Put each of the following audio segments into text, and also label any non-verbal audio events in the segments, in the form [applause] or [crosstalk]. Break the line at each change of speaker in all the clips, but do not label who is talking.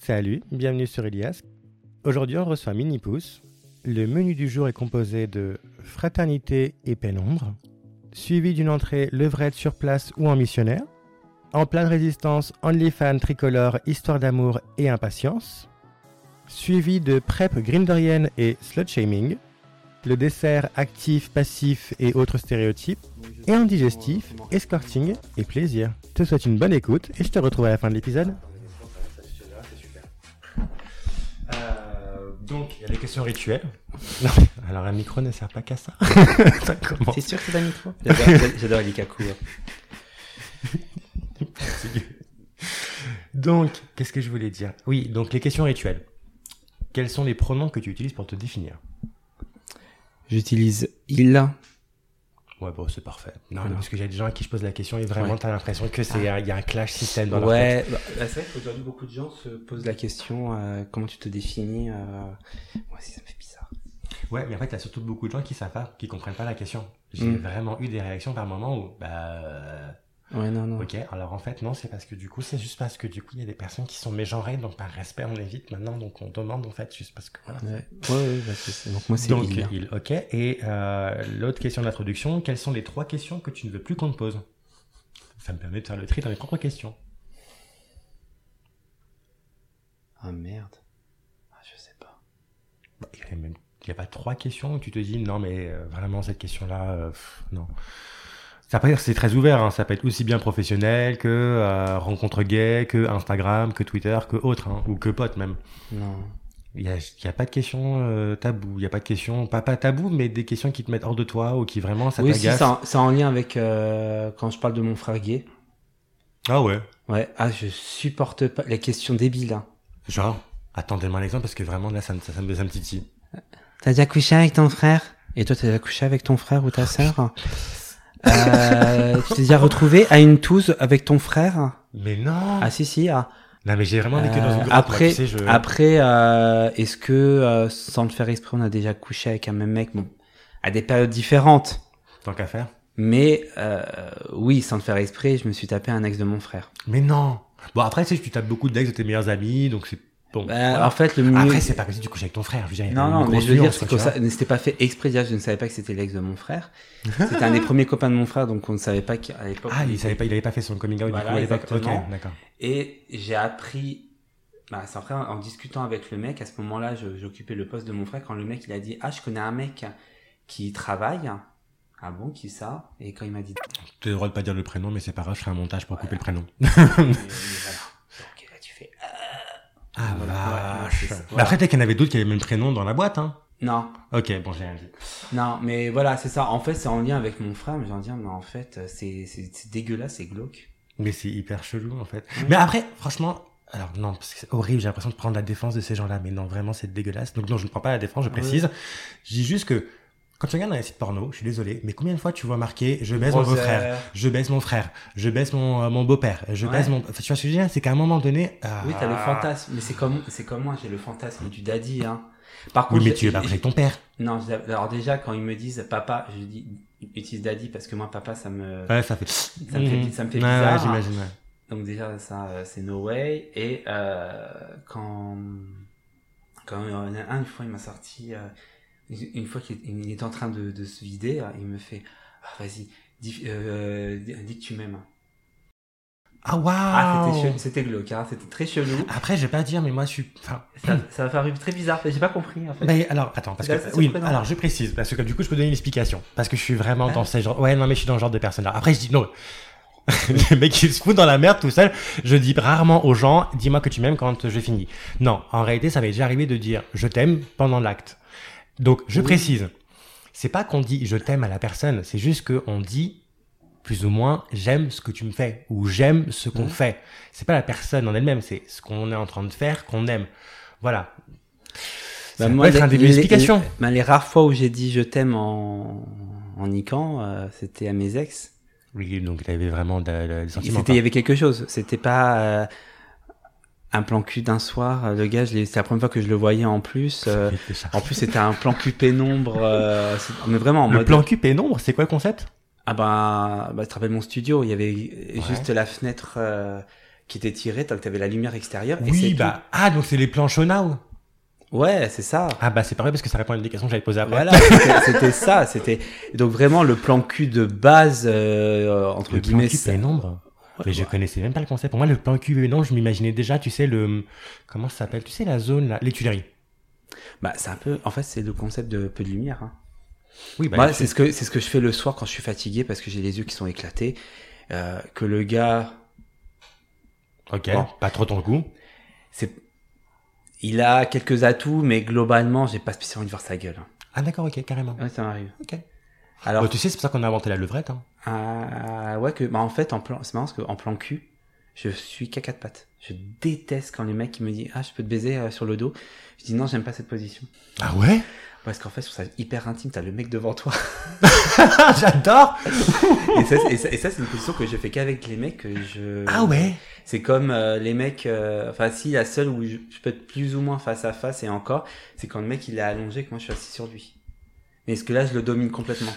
Salut, bienvenue sur Elias. Aujourd'hui, on reçoit Mini Pouce. Le menu du jour est composé de fraternité et pénombre, suivi d'une entrée levrette sur place ou en missionnaire, en pleine résistance, OnlyFans tricolore, histoire d'amour et impatience, suivi de prep grindorienne et slut shaming, le dessert actif, passif et autres stéréotypes, et en digestif, escorting et plaisir. Je te souhaite une bonne écoute et je te retrouve à la fin de l'épisode. Euh, Donc, il y a les questions rituelles. Non, [laughs] alors un micro ne sert pas qu'à [laughs] ça. Ça commence.
C'est sûr que c'est pas
[laughs]
le micro J'adore- J'adore les cacous.
hein. Donc, qu'est-ce que je voulais dire Oui, donc les questions rituelles. Quels sont les pronoms que tu utilises pour te définir
J'utilise il.
Ouais, bon, c'est parfait. Ah Non, Ah.
Voilà.
mais parce que j'ai des gens à qui je pose la question et vraiment,
Ouais.
t'as l'impression que c'est il y a un clash système dans leur tête.
Ouais, bah, bah, c'est vrai qu'aujourd'hui beaucoup de gens se posent la question euh, comment tu te définis euh... Moi aussi ça me fait bizarre.
Ouais, mais en fait, t'as surtout beaucoup de gens qui savent pas, qui comprennent pas la question. J'ai
Mm.
vraiment eu des réactions par moment où, bah, euh,
Ouais, non, non.
ok, alors en fait, non, c'est parce que du coup, c'est juste parce que du coup, il y a des personnes qui sont mégenrées, donc par respect, on évite maintenant, donc on demande en fait, juste parce que voilà.
Ouais, ouais, ouais, bah, c'est- c'est- donc moi c'est
Donc,
il.
il, ok. Et euh, l'autre question d'introduction, quelles sont les trois questions que tu ne veux plus qu'on te pose Ça me permet de faire le tri dans mes propres questions.
Ah merde. Ah, je sais pas.
Bah, Il n'y a, même- il y a pas trois questions où tu te dis non, mais euh, vraiment, cette question-là, euh, pff, non. Ça peut être, c'est très ouvert, hein, ça peut être aussi bien professionnel que euh, rencontre gay, que Instagram, que Twitter, que autre, hein, ou que pote même.
Non.
Il n'y a, il y a pas de questions euh, tabou, il n'y a pas de questions, pas, pas tabou, mais des questions qui te mettent hors de toi ou qui vraiment ça
oui, si,
t'agace.
c'est en, c'est en lien avec euh, quand je parle de mon frère gay.
ah ouais.
Ouais, ah, je supporte pas les questions débiles. Hein.
Genre, attends, donne-moi un exemple parce que vraiment là, ça me, ça, ça me, ça me titille.
T'as déjà couché avec ton frère Et toi, t'as déjà couché avec ton frère ou ta
Oh,
sœur Euh, Tu t'es déjà retrouvé à une touze avec ton frère
Mais non
Ah si si. ah.
Non, mais j'ai vraiment vécu dans une
Euh,
grotte,
après,
moi, tu sais, je...
Après, euh, est-ce que euh, sans le faire exprès, on a déjà couché avec un même mec Bon, à des périodes différentes.
Tant qu'à faire.
Mais euh, oui, sans le faire exprès, je me suis tapé un ex de mon frère.
Mais non Bon, après, tu sais, tu tapes beaucoup d'ex de tes meilleurs amis, donc c'est... Bon,
Bah,
voilà.
En fait, le mieux.
Euh, Après, c'est pas possible du coucher avec ton frère, je veux dire, il y a
Non,
une
non, mais
grosse
je veux dire,
nuance,
c'est
quoi,
que
tu
ça n'était pas fait exprès. Déjà, je ne savais pas que c'était l'ex de
[laughs]
mon frère. C'était un des premiers copains de mon frère, donc on ne savait pas qu'à l'époque.
vois. Ah,
on
il
était-
savait pas, il avait pas fait son coming out,
Voilà,
du coup, à l'époque.
exactement.
Ok, d'accord.
Et j'ai appris, bah, c'est après en discutant avec le mec, à ce moment-là, je- j'occupais le poste de mon frère, quand le mec, il a dit, ah, je connais un mec qui travaille. Ah bon, qui ça Et quand
[laughs]
il m'a dit,
T'as le droit de pas dire le prénom, mais c'est pas grave, je ferai un montage pour couper le prénom.
Mais- mais voilà. Donc là, tu fais, Ah.
Ah,
Voilà, ouais, non,
vache
c'est ça.
Mais Après, peut-être qu'il y en avait d'autres qui avaient le même prénom dans la boîte, hein.
non,
Ok, bon, j'ai rien dit.
non, mais voilà, c'est ça. En fait, c'est en lien avec mon frère, mais j'ai envie de dire, mais en fait, c'est c'est- c'est dégueulasse, c'est glauque.
Mais c'est hyper chelou en fait.
Ouais.
Mais après, franchement, alors non, parce que c'est horrible, j'ai l'impression de prendre la défense de ces gens-là, mais non, vraiment c'est dégueulasse. Donc non, je ne prends pas la défense, je précise. Je dis juste que quand tu regardes dans les sites porno, je suis désolé, mais combien de fois tu vois marqué je baise mon
Grosse
beau-frère,
erreur.
je baise mon frère, je baise mon, euh, mon beau-père, je
Ouais.
baise mon. Enfin, tu vois ce que je veux dire C'est qu'à un moment donné.
Oui, t'as le
ah,
fantasme, mais c'est comme, c'est comme moi, j'ai le fantasme du daddy, hein. Par
Oui,
contre,
mais
j'ai-
tu es pas
j'ai-
couché avec ton père.
Non, je- alors déjà, quand ils me disent papa, je dis utilise daddy parce que moi, papa, ça me,
Ouais, ça fait. Mm.
ça me fait, ça me fait
Ouais,
bizarre.
ouais, j'imagine. ouais.
Donc déjà, ça, euh, c'est no way. Et euh, quand, quand euh, il y en a un, une fois, il m'a sorti, euh, une une fois qu'il est, il est en train de, de se vider, hein, il me fait, Ah, vas-y, dis, euh, dis- dis que tu m'aimes.
Ah,
Ah,
waouh
c'était che- c'était glauque, hein, c'était très chelou.
Après, je vais pas dire, mais moi, je suis. Enfin,
[laughs] Ça, ça m'a paru très bizarre, j'ai pas compris en fait.
Mais alors, attends, parce
Là, Eh ben, c'est
que oui,
surprenant.
alors je précise, parce que du coup, je peux donner une explication, parce que je suis vraiment
Ah.
dans ces genre, ouais, non, mais je suis dans le genre de personne là. Après, je dis non. [laughs] le mec il se fout dans la merde tout seul. Je dis rarement aux gens, dis-moi que tu m'aimes quand je finis. Non, en réalité, ça m'est déjà arrivé de dire je t'aime pendant l'acte. Donc, je
Oui.
précise, c'est pas qu'on dit je t'aime à la personne, c'est juste qu'on dit plus ou moins j'aime ce que tu me fais ou j'aime ce qu'on
Mhm.
fait. C'est pas la personne en elle-même, c'est ce qu'on est en train de faire qu'on aime. Voilà.
Bah,
ça
moi,
peut être
les-
un début
les-
d'explication.
Bah, les rares fois où j'ai dit je t'aime en, en niquant, euh, c'était à mes ex.
Oui, donc tu avais vraiment de- de- des sentiments.
C'était, il y
quoi.
avait quelque chose. C'était pas euh, un plan cul d'un soir. Euh, Le gars, je l'ai- c'est la première fois que je le voyais en plus.
[laughs]
euh,
C'était ça.
en plus, c'était un plan cul pénombre. euh, c'est- mais vraiment en
le
mode.
plan cul pénombre, c'est quoi le concept
Ah bah, bah, tu te rappelles mon studio. Il y avait juste la fenêtre euh, qui était tiré, tant que t'avais la lumière extérieure. et c'est
Oui,
tout.
bah. Ah, donc c'est les planches now
Ouais, c'est ça.
Ah, bah c'est pareil parce que ça répond à une des questions que j'avais posées après.
Voilà, c'était- c'était ça. C'était donc vraiment le plan cul de base euh, entre
Le plan
guillemets.
cul
ça-
pénombre. Mais je connaissais même pas le concept. Pour moi, le plan cul pénombre, je m'imaginais déjà, tu sais, le. Comment ça s'appelle Tu sais, la zone, là Les Tuileries.
Bah, c'est un peu. En fait, c'est le concept de peu de lumière. hein.
Oui, bah.
Moi,
les-
c'est ce que c'est ce que je fais le soir quand je suis fatigué parce que j'ai les yeux qui sont éclatés. euh, que le gars,
Ok,
Bon.
pas trop ton goût.
c'est, il a quelques atouts, mais globalement, j'ai pas spécialement envie de voir sa gueule. hein.
Ah, d'accord, ok, carrément.
Ouais, ça m'arrive.
Ok.
Alors,
Bah, tu sais, c'est pour ça qu'on a inventé la levrette. Hein.
Ah, ouais, que, bah, en fait, en plan, c'est marrant parce qu'en plan cul, je suis qu'à quatre pattes. Je déteste quand le mec il me dit Ah, je peux te baiser euh, sur le dos. Je dis Non, j'aime pas cette position.
Ah [laughs] ouais
Parce qu'en fait, je trouve ça hyper intime, t'as le mec devant toi. [laughs]
Ah, J'adore
et ça, et ça, et ça, c'est une position que je fais qu'avec les mecs. que je...
Ah ouais
C'est comme euh, les mecs. euh, Enfin, si, la seule où je, je peux être plus ou moins face à face et encore, c'est quand le mec il est allongé et que moi je suis assis sur lui. Mais est-ce que là, je le domine complètement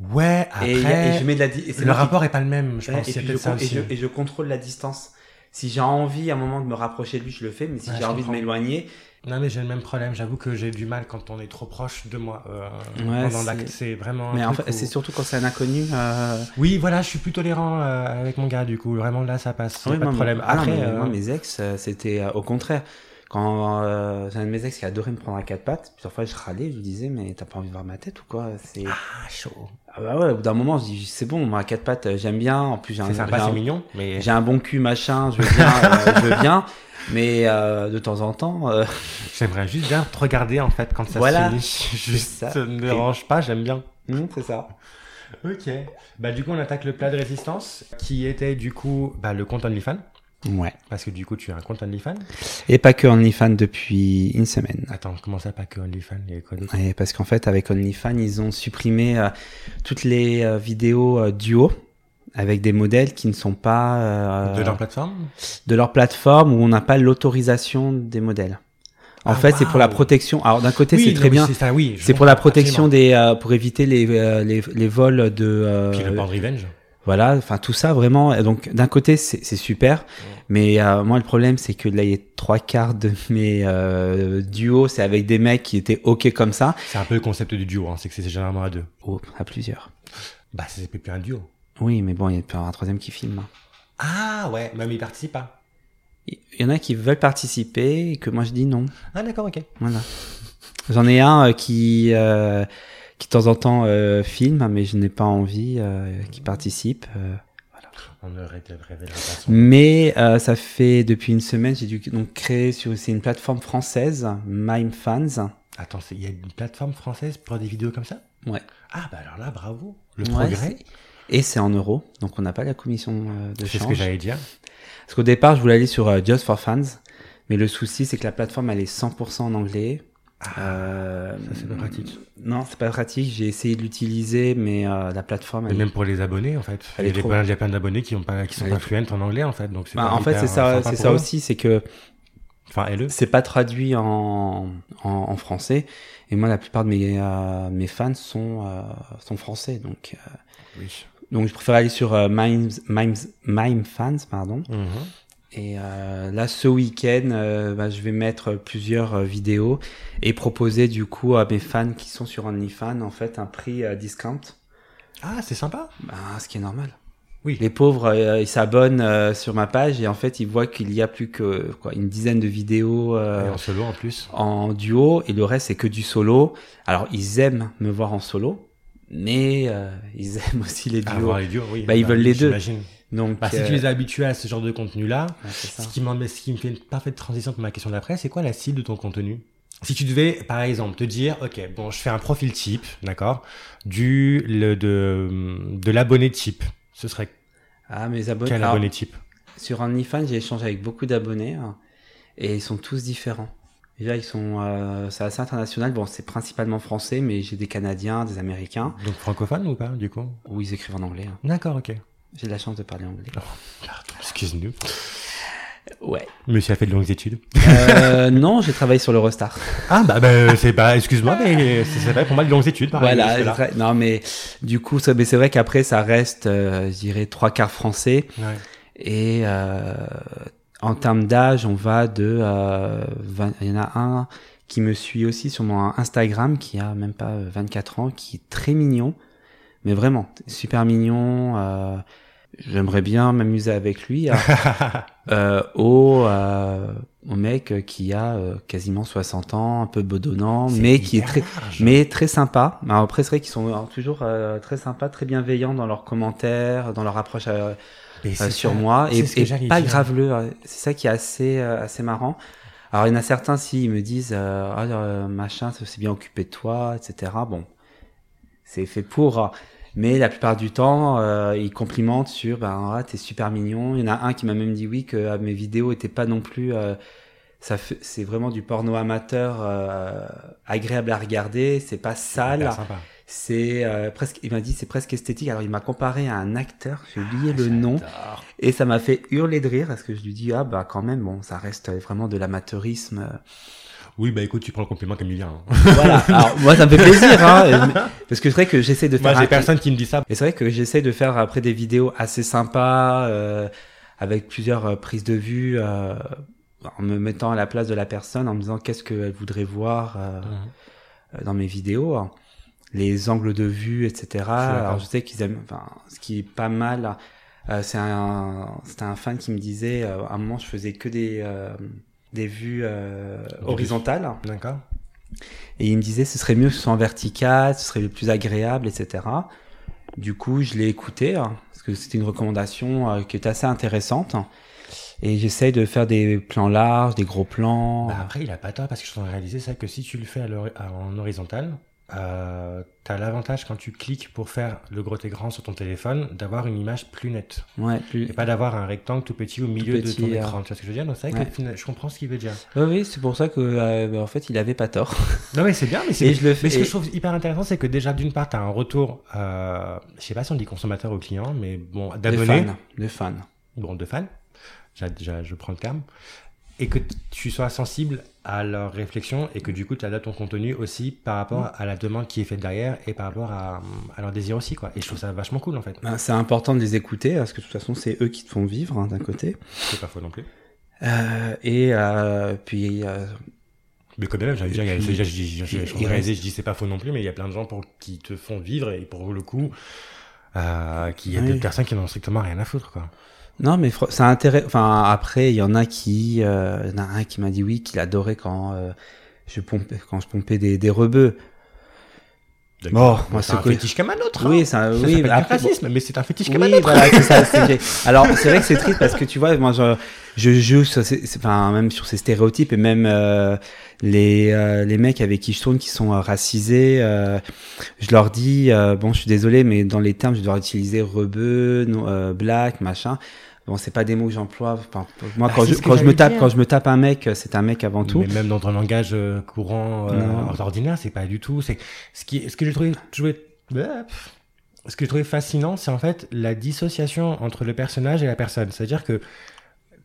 Euh, Ouais,
Et il y a- et,
après.
je mets de la. di- et c'est
le
moi qui-
rapport est pas le même, je
Ouais,
pense.
et,
c'est
puis je
peut-être ça
con- et
aussi.
je- et je contrôle la distance. Si j'ai envie à un moment de me rapprocher de lui, je le fais, mais si
Ouais,
j'ai
je
envie
comprends.
de m'éloigner,
Non, mais j'ai le même problème. J'avoue que j'ai du mal quand on est trop proche de moi. euh,
Ouais,
pendant
c'est-
l'acte, c'est vraiment. un
mais en
truc
fait, c'est
où-
surtout quand c'est un inconnu. euh,
Oui, voilà, je suis plus tolérant euh, avec mon gars, du coup. Vraiment, là, ça passe. y a
oui,
pas
moi,
de
mon-
problème.
ah non,
Après,
mais
euh,
moi, mes ex, euh, c'était euh, au contraire. Quand euh, j'ai un de mes ex qui adorait me prendre à quatre pattes, plusieurs fois je râlais, je lui disais mais t'as pas envie de voir ma tête ou quoi C'est
Ah, chaud.
ah bah ouais, au bout d'un moment je dis c'est bon, moi à quatre pattes euh, j'aime bien, en plus j'ai un,
C'est
j'ai
sympa,
un-
c'est mignon, mais.
j'ai un bon cul machin, je veux bien, euh, je veux bien, mais euh, de temps en temps euh, [laughs]
J'aimerais juste bien te regarder, en fait, quand ça
Voilà.
se finit. [laughs] Juste,
ça.
ça me dérange pas, j'aime bien.
hum, c'est ça.
Ok. Bah, du coup, on attaque le plat de résistance, qui était, du coup, bah, le compte OnlyFans.
Ouais.
Parce que, du coup, tu as un compte OnlyFans.
Et pas que OnlyFans depuis une semaine.
Attends, comment ça, pas que OnlyFans, il y a quoi d'autre
Et parce qu'en fait, avec OnlyFans, ils ont supprimé euh, toutes les euh, vidéos euh, duo avec des modèles qui ne sont pas euh,
De leur plateforme
de leur plateforme où on n'a pas l'autorisation des modèles. En
Ah,
fait, c'est pour la
waouh.
protection. Alors d'un côté, c'est
non,
très
mais
bien.
C'est ça, oui. je
C'est pour la
comprends,
protection des, euh, pour éviter les, euh, les, les vols de. euh,
absolument. Puis le band revenge.
voilà, enfin tout ça vraiment. Donc d'un côté c'est c'est super, mais euh, moi le problème c'est que là il y a trois quarts de [laughs] mes euh, duos, c'est avec des mecs qui étaient ok comme ça.
C'est un peu le concept du duo, hein, c'est que c'est généralement à deux.
Oh, à plusieurs.
Bah, c'est plus un duo.
Oui, mais bon, il y a peut-être un troisième qui filme.
Ah ouais, même ils participent pas.
Il y en a qui veulent participer et que moi je dis non.
Ah d'accord, ok.
Voilà. J'en ai un euh, qui, euh, qui de temps en temps euh, filme, mais je n'ai pas envie euh, qu'il participe. euh.
On ne ré- révélera pas son...
Mais euh, ça fait depuis une semaine, j'ai dû donc créer sur c'est une plateforme française, Mime Fans.
Attends, c'est- il y a une plateforme française pour des vidéos comme ça
Ouais.
Ah bah alors là, bravo. Le
Ouais,
progrès,
Et c'est en euros, donc on n'a pas la commission euh, de
c'est ce que
change.
j'allais dire.
Parce qu'au départ, je voulais aller sur euh, Just for Fans, mais le souci, c'est que la plateforme, elle est 100% en anglais. Euh,
Ah, Ça c'est pas pratique.
Non, c'est pas pratique. J'ai essayé de l'utiliser, mais euh, la plateforme.
Et
Elle...
même pour les abonnés en fait. Il
Elle
y
est
a des-
trop-
plein- il y a plein d'abonnés qui ont pas, qui sont
Elle
pas
est
fluents en anglais en fait, donc c'est
Bah,
pas
en fait,
hyper euh,
c'est ça,
sympa
c'est
pour
ça
eux.
aussi, c'est que
Enfin, et le.
c'est pas traduit en, en, en français. Et moi, la plupart de mes, euh, mes fans sont, euh, sont français, donc euh,
Oui.
donc je préfère aller sur euh, Mimes, Mimes, Mime Fans, pardon.
Mhm.
Et euh, là, ce week-end, euh, bah, je vais mettre plusieurs euh, vidéos et proposer du coup à mes fans qui sont sur OnlyFans en fait un prix euh, discount.
Ah, c'est sympa.
Bah, ce qui est normal.
Oui.
Les pauvres, euh, ils s'abonnent euh, sur ma page et en fait, ils voient qu'il y a plus que quoi, une dizaine de vidéos
Et
euh,
en solo en plus.
en duo et le reste, c'est que du solo. Alors, ils aiment me voir en solo, mais euh, ils [laughs] aiment aussi les duos.
Avoir les duos, oui.
Bah, ils veulent les deux.
j'imagine.
Donc,
Ah, Bah, si
euh,
tu les as habitués à ce genre de contenu-là,
ouais, c'est ça.
Ce qui, m'en- ce qui me fait une parfaite transition pour ma question d'après, c'est quoi la cible de ton contenu Si tu devais, par exemple, te dire, ok, bon, je fais un profil type, d'accord, du le, de, de l'abonné type. Ce serait
Ah, mes abonnés.
quel
alors,
abonné type
Sur OnlyFans, j'ai échangé avec beaucoup d'abonnés hein, et ils sont tous différents. Et là, ils sont, euh, c'est assez international. Bon, c'est principalement français, mais j'ai des Canadiens, des Américains,
Donc francophone ou pas, du coup
où ils écrivent en anglais. hein.
D'accord, ok.
J'ai de la chance de parler anglais.
Pardon, excuse-nous.
Ouais.
Monsieur a fait de longues
[laughs]
études.
Euh, non, j'ai travaillé sur l'Eurostar.
Ah, bah, bah, c'est pas, excuse-moi, mais c'est c'est vrai pour moi de longues études, pareil.
Voilà.
jusque-là.
j'ai tra- Non, mais du coup, ça- mais c'est vrai qu'après, ça reste, euh, je dirais, trois quarts français
Ouais.
et euh, en termes d'âge, on va de. euh, 20 il y en a un qui me suit aussi sur mon Instagram, qui a même pas euh, 24 ans, qui est très mignon. Mais vraiment, super mignon. euh, J'aimerais bien m'amuser avec lui.
[laughs]
à- euh, au, euh, au mec qui a euh, quasiment 60 ans, un peu bedonnant,
C'est
mais qui est
hyper
très,
large.
mais très sympa. Alors après, c'est vrai qu'ils sont euh, toujours euh, très sympas, très bienveillants dans leurs commentaires, dans leur approche euh,
Mais
euh,
c'est
sur
ça.
moi
C'est
et,
ce que
et
j'allais
pas
dire.
graveleux. hein. C'est ça qui est assez, euh, assez marrant. Alors, il y en a certains, s'ils me disent euh, Ah, euh, machin, c'est bien occupé de toi, etc. Bon, c'est fait pour. hein. Mais la plupart du temps, euh, ils complimentent sur Ben, ah, t'es super mignon. Il y en a un qui m'a même dit oui, que ah, mes vidéos étaient pas non plus. euh, ça fait- c'est vraiment du porno amateur euh, agréable à regarder, c'est pas sale.
Hyper sympa.
C'est euh, presque, il m'a dit c'est presque esthétique. Alors il m'a comparé à un acteur, j'ai oublié
Ah,
le nom,
j'adore.
et ça m'a fait hurler de rire parce que je lui dis ah bah quand même bon ça reste vraiment de l'amateurisme.
[laughs] Oui, bah écoute, tu prends le compliment comme il vient. hein.
voilà. Alors moi ça me fait plaisir hein, euh, mais- parce que c'est vrai que j'essaie de
Moi,
faire
j'ai
un-
personne qui me dit ça.
et c'est vrai que j'essaie de faire après des vidéos assez sympas euh, avec plusieurs euh, prises de vue. euh, en me mettant à la place de la personne, en me disant qu'est-ce qu'elle voudrait voir euh, euh, dans mes vidéos, hein. les angles de vue, etc.
d'accord.
Alors je sais qu'ils aiment, enfin, ce qui est pas mal, euh, c'est un, c'était un fan qui me disait, euh, à un moment je faisais que des, euh, des vues euh,
dessus.
horizontales,
D'accord.
et il me disait ce serait mieux que ce soit en vertical, ce serait le plus agréable, etc. Du coup, je l'ai écouté, hein, parce que c'était une recommandation euh, qui est assez intéressante. Et j'essaye de faire des plans larges, des gros plans.
Bah, après, il a pas tort parce que je suis en train de réaliser ça que si tu le fais à l'hori- à- en horizontal, euh, t'as l'avantage quand tu cliques pour faire le gros et grand sur ton téléphone d'avoir une image plus nette
Ouais, plus-
et pas d'avoir un rectangle tout petit au milieu
petit,
de ton
euh.
écran. Tu vois ce que je veux dire Donc, c'est vrai que
Ouais.
final- je comprends ce qu'il veut dire.
Ouais, oui, c'est pour ça que, euh, bah, en fait, il avait pas tort.
Non, mais c'est bien, mais c'est.
Et je le
Mais ce que
fais-
je trouve hyper intéressant, c'est que déjà, d'une part, tu as un retour, euh, je sais pas si on dit consommateur ou client, mais bon, d'abonnés,
De fans. De fans.
bon, de fans, J'a- j'a- je prends le terme, et que t- tu sois sensible à leurs réflexions et que du coup, tu adaptes ton contenu aussi par rapport à la demande qui est faite derrière et par rapport à, à leur désir aussi, quoi. Et je trouve ça vachement cool, en fait.
Ben, c'est important de les écouter parce que de toute façon, c'est eux qui te font vivre hein, d'un côté.
C'est pas faux non plus.
Euh, et euh, puis, euh,
Mais quand même, j'allais dire, il y a-
Et puis-
déjà, je dis- je- je- je
il-
suis en
il
train de réaliser,
reste-
je dis c'est pas faux non plus, mais il y a plein de gens pour, qui te font vivre et pour le coup, euh, qu'il y a
Oui.
des personnes qui n'ont strictement rien à foutre, quoi.
non, mais fr- ça intéresse. Enfin, après, il y en a qui, euh, il y en a un qui m'a dit oui, qu'il adorait quand euh, je pompais, quand je pompais des, des rebeux. Bon, moi,
c'est
c'est
un
quoi-
fétiche comme un autre. hein.
Oui,
Ça
ça, oui,
s'appelle
bah,
du
après, bon,
racisme, mais c'est un fétiche
Oui, bah,
comme un autre. hein.
voilà, c'est
[laughs]
ça, c'est vrai. Alors, c'est vrai que c'est triste parce que tu vois, moi, je, je joue sur ces- c'est- enfin, même sur ces stéréotypes et même euh, les, euh, les mecs avec qui je tourne qui sont euh, racisés, euh, je leur dis, euh, bon, je suis désolé, mais dans les termes, je dois utiliser rebeu, no- euh, black, machin. Bon, c'est pas des mots que j'emploie. Enfin, moi,
Bah,
quand,
c'est
je,
ce que
quand je me
j'allais
tape,
dire.
quand je me tape un mec, euh, c'est un mec avant tout.
Mais même dans un langage euh, courant, euh,
Non.
ordinaire, c'est pas du tout. C'est ce qui, ce que j'ai trouvé, joué- Bah, pff. ce que j'ai trouvé fascinant, c'est en fait la dissociation entre le personnage et la personne. C'est-à-dire que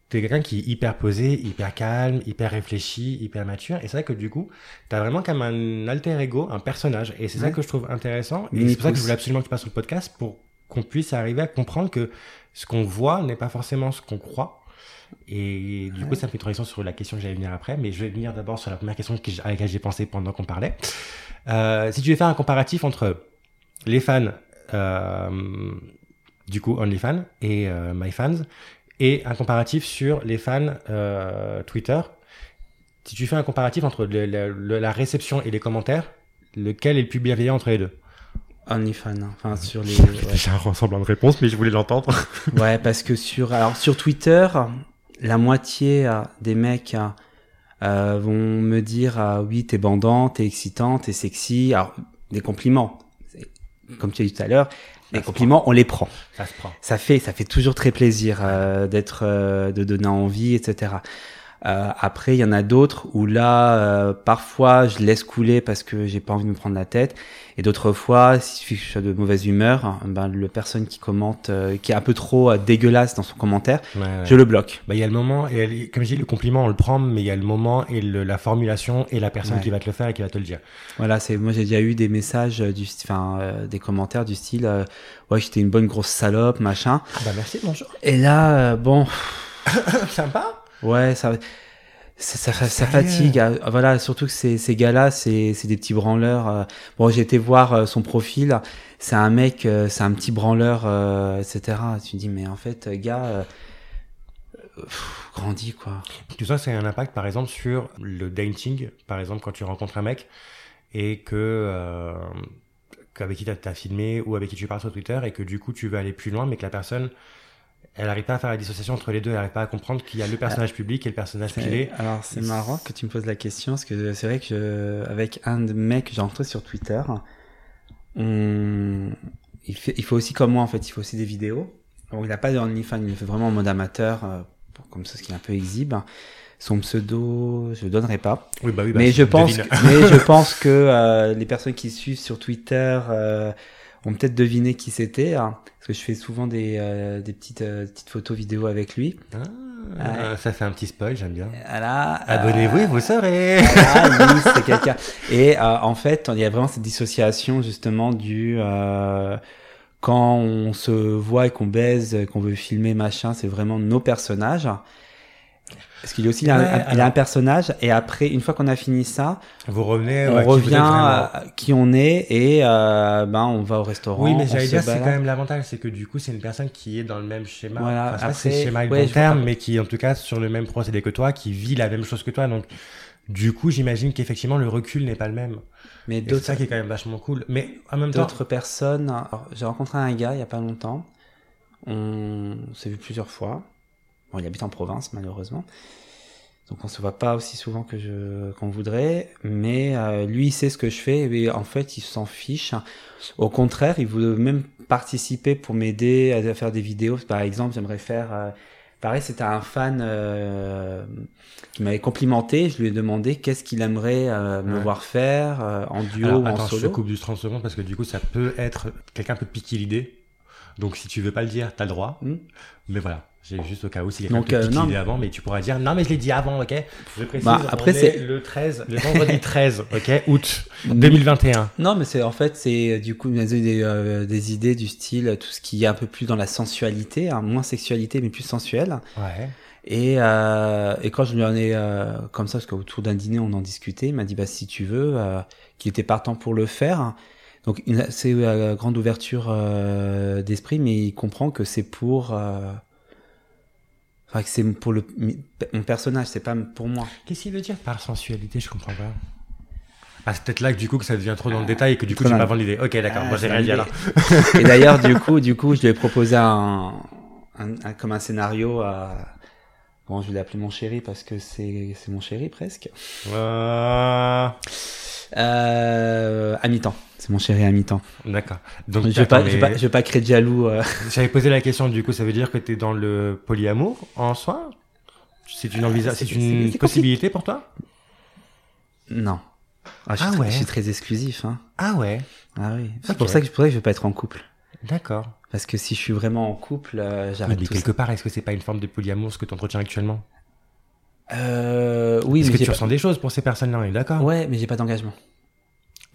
t'es quelqu'un qui est hyper posé, hyper calme, hyper réfléchi, hyper mature, et c'est vrai que du coup, t'as vraiment comme un alter ego, un personnage, et c'est ça
Ouais.
que je trouve intéressant. Et
Mini
c'est pour ça que je
pouce.
voulais absolument que tu passes sur le podcast pour qu'on puisse arriver à comprendre que ce qu'on voit n'est pas forcément ce qu'on croit. Et du coup, ça me fait une transition sur la question que j'allais venir après, mais je vais venir d'abord sur la première question que j- à laquelle j'ai pensé pendant qu'on parlait. Euh, si tu veux faire un comparatif entre les fans, euh, du coup, OnlyFans et euh, MyFans, et un comparatif sur les fans euh, Twitter, si tu fais un comparatif entre le- le- le- la réception et les commentaires, lequel est le plus bienveillant entre les deux
OnlyFans, hein. enfin, sur les. [laughs] ouais.
[laughs] J'ai un semblant de réponse, mais je voulais l'entendre.
Ouais, parce que sur, alors, sur Twitter, la moitié euh, des mecs euh, vont me dire ah Oui, t'es bandant, t'es excitant, t'es sexy. Alors, des compliments. C'est- Comme tu as dit tout à l'heure, les
se
compliments, on les prend.
[laughs] Ça se prend.
Ça fait, ça fait toujours très plaisir euh, d'être, euh, de donner envie, etc. Euh, après, il y en a d'autres où là, euh, parfois, je laisse couler parce que j'ai pas envie de me prendre la tête, et d'autres fois, s'il suffit que je sois de mauvaise humeur, hein, ben le personne qui commente, euh, qui est un peu trop euh, dégueulasse dans son commentaire,
Ouais, ouais.
je le bloque.
Bah, il y a le moment, et elle- comme je dis, le compliment, on le prend, mais il y a le moment et le- la formulation et la personne
Ouais.
qui va te le faire et qui va te le dire.
Voilà, c'est moi j'ai déjà eu des messages euh, du, sty- enfin, euh, des commentaires du style, euh, ouais, j'étais une bonne grosse salope, machin.
Ah bah merci, bonjour.
Et là, euh, bon,
[laughs] Sympa.
Ouais, ça, ça, ça, fa- ça fatigue. Ah, ah, Voilà, surtout que ces, ces gars-là, c'est c'est des petits branleurs. euh. Bon, j'ai été voir euh, son profil. C'est un mec, euh, c'est un petit branleur, euh, etc. Tu te dis, mais en fait, euh, gars, euh, euh, pff, grandis, quoi.
Tout ça, ça a un impact, par exemple, sur le dating. Par exemple, quand tu rencontres un mec et que euh, avec qui tu as filmé ou avec qui tu parles sur Twitter et que du coup, tu veux aller plus loin, mais que la personne, elle n'arrive pas à faire la dissociation entre les deux. Elle n'arrive pas à comprendre qu'il y a le personnage public et le personnage
Mais
filé.
Alors, c'est marrant que tu me poses la question, parce que c'est vrai que euh, avec un de mecs que j'ai rencontré sur Twitter, on- il, fait, il faut aussi comme moi, en fait, il faut aussi des vidéos. Bon, il n'a pas de OnlyFans, il le fait vraiment en mode amateur, euh, pour- comme ça, ce qu'il un peu exhibe. Son pseudo, je ne donnerai pas
Oui, bah oui, bah,
mais je pense,
devine.
que- mais je pense que euh, les personnes qui suivent sur Twitter euh, ont peut-être deviné qui c'était, hein, parce que je fais souvent des, euh, des petites, euh, petites photos vidéo avec lui.
Ah, Ça fait un petit spoil, j'aime bien.
Voilà, euh,
Abonnez-vous et vous saurez.
voilà, lui, Ah c'est quelqu'un. Et euh, en fait, il y a vraiment cette dissociation justement du euh, quand on se voit et qu'on baise, qu'on veut filmer machin, c'est vraiment nos personnages. Parce qu'il y a aussi il y a un-
Ouais,
un- il y a
alors-
un personnage et après une fois qu'on a fini ça,
Vous revenez.
on
ouais, qui vous êtes
revient
vraiment.
à qui on est et euh, ben on va au restaurant.
Oui, mais
on
j'allais
se
dire, c'est
balade.
quand même l'avantage, c'est que du coup, c'est une personne qui est dans le même schéma.
Voilà,
Enfin, je sais pas si c'est
après,
le schéma est le
ouais,
bon
je
terme,
comprends.
mais qui, en tout cas, sur le même procédé que toi, qui vit la même chose que toi. Donc, du coup, j'imagine qu'effectivement, le recul n'est pas le même. Et
Mais
c'est
d'autres
ça qui est quand même vachement cool. Mais en même temps,
d'autres personnes. alors, J'ai rencontré un gars il y a pas longtemps. On s'est vu plusieurs fois. Bon, il habite en province malheureusement, donc on se voit pas aussi souvent que je qu'on voudrait. Mais euh, lui, il sait ce que je fais et en fait, il s'en fiche. Au contraire, il voulait même participer pour m'aider à faire des vidéos. Par exemple, j'aimerais faire. euh, pareil, c'était un fan euh, qui m'avait complimenté. Je lui ai demandé qu'est-ce qu'il aimerait euh, me
Ouais.
voir faire euh, en duo
Alors,
ou en
attends, je te
solo.
coupe juste 30 secondes parce que du coup, ça peut être. Quelqu'un peut te piquer l'idée. Donc, si tu veux pas le dire, t'as le droit.
Hmm.
Mais voilà. J'ai juste au cas où si quelqu'un
Donc,
te
euh,
pique
non,
l'idée
mais-
avant, mais tu pourras dire non, mais je l'ai dit avant, ok Je précise,
Bah, après,
on est
c'est-
le 13, le vendredi 13, ok Août 2021.
Non, mais c'est en fait, c'est euh, du coup des, des, euh, des idées du style euh, tout ce qui est un peu plus dans la sensualité, hein, moins sexualité mais plus sensuel.
Ouais.
Et, euh, et quand je lui en ai euh, comme ça, parce qu'autour d'un dîner on en discutait, il m'a dit bah si tu veux, euh, qu'il était partant pour le faire. Donc une assez euh, grande ouverture euh, d'esprit, mais il comprend que c'est pour, euh, enfin que c'est pour le mon personnage, c'est pas pour moi.
Qu'est-ce qu'il veut dire par sensualité Je comprends pas. Ah, c'est peut-être là que du coup que ça devient trop dans le
Ah,
détail et que du coup tu
trop dans
vas vendre
le-
l'idée. Ok, d'accord,
Ah,
moi j'ai
c'est
rien dit
l'idée.
alors.
Et d'ailleurs, du coup, du coup, je lui ai proposé un, un- un- comme un scénario à. Bon, je vais l'appeler mon chéri parce que c'est c'est mon chéri presque.
Euh,
Euh, à mi-temps. C'est mon chéri à mi-temps.
D'accord. Donc
Je vais
attends,
pas, je vais
mais
pas, je vais pas créer de jaloux. euh.
[laughs]
[laughs]
j'avais posé la question, du coup ça veut dire que tu es dans le polyamour en soi C'est une, envisa-
Ah,
c'est
c'est- c'est- c'est
une
compliqué.
possibilité pour toi
Non. Ah, je, suis
Ah
très,
ouais.
je suis très exclusif. Hein.
Ah ouais,
Ah oui. C'est
Ok.
pour ça que je pourrais que je vais pas être en couple.
d'accord.
Parce que si je suis vraiment en couple, euh,
Oui,
j'arrête
Ah, mais
tout
quelque part, est-ce que c'est pas une forme de polyamour ce que tu entretiens actuellement
ça. Euh, oui,
Est-ce
mais
que
j'ai
tu
pas...
ressens des choses pour ces personnes-là, on est d'accord
ouais, mais j'ai pas d'engagement.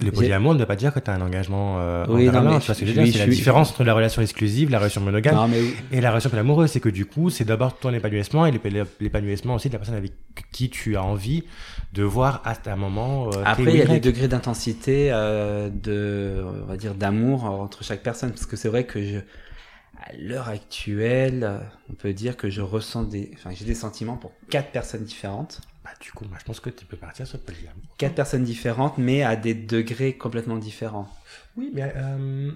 Le polyamour ne veut pas dire que tu as un engagement euh,
Oui,
envers
non,
l'un,
mais
tu vois ce que je veux dire
je- oui,
C'est
je
la
suis-
différence entre la relation exclusive, la relation monogame
Non, mais
Et la relation amoureuse, c'est que du coup, c'est d'abord ton épanouissement et l'ép- l'épanouissement aussi de la personne avec qui tu as envie de voir à un moment. euh,
Après,
tes
il y a
regrets.
des degrés d'intensité, euh, de, on va dire, d'amour entre chaque personne, parce que c'est vrai que je, à l'heure actuelle, euh, on peut dire que je ressens des, enfin, j'ai des sentiments pour quatre personnes différentes,
Bah, du coup, moi, je pense que tu peux partir sur le polyamour.
quatre personnes différentes, mais à des degrés complètement différents.
Oui, mais euh,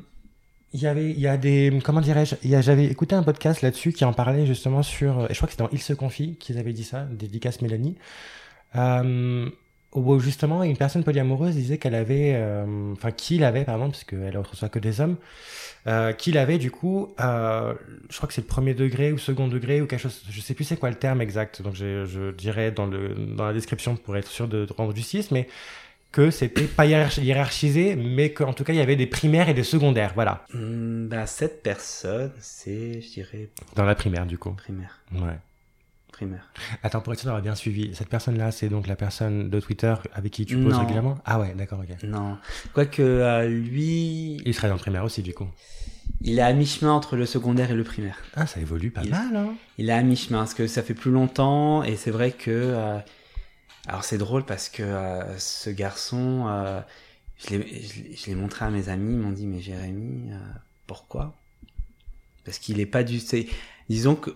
il y avait, il y a des, comment dirais-je, il y a- j'avais écouté un podcast là-dessus qui en parlait justement sur, euh, et je crois que c'était dans Il se confie qu'ils avaient dit ça, dédicace Mélanie, euh, où justement une personne polyamoureuse disait qu'elle avait, euh, enfin qu'il avait, pardon, parce qu'elle reçoit que des hommes, euh, qu'il avait du coup, euh, je crois que c'est le premier degré ou second degré ou quelque chose, je sais plus c'est quoi le terme exact, donc je, je dirais dans, le, dans la description pour être sûr de, de rendre justice, mais que c'était pas hiérarchi- hiérarchisé, mais qu'en tout cas il y avait des primaires et des secondaires, voilà.
Hmm, bah, cette personne, c'est, je dirais,
Dans la primaire du coup.
primaire.
Ouais.
primaire.
Attends, pour être sûr d'avoir bien suivi, cette personne-là, c'est donc la personne de Twitter avec qui tu poses
Non.
régulièrement Ah ouais, d'accord, ok.
Non. Quoique euh, lui,
Il serait dans le primaire aussi, du coup.
il est à mi-chemin entre le secondaire et le primaire.
Ah, ça évolue pas
Il-
mal, hein
Il est à mi-chemin parce que ça fait plus longtemps et c'est vrai que. euh, alors c'est drôle parce que euh, ce garçon, euh, je l'ai- je l'ai je l'ai montré à mes amis, ils m'ont dit Mais Jérémy, euh, pourquoi Parce qu'il est pas du. c'est- Disons que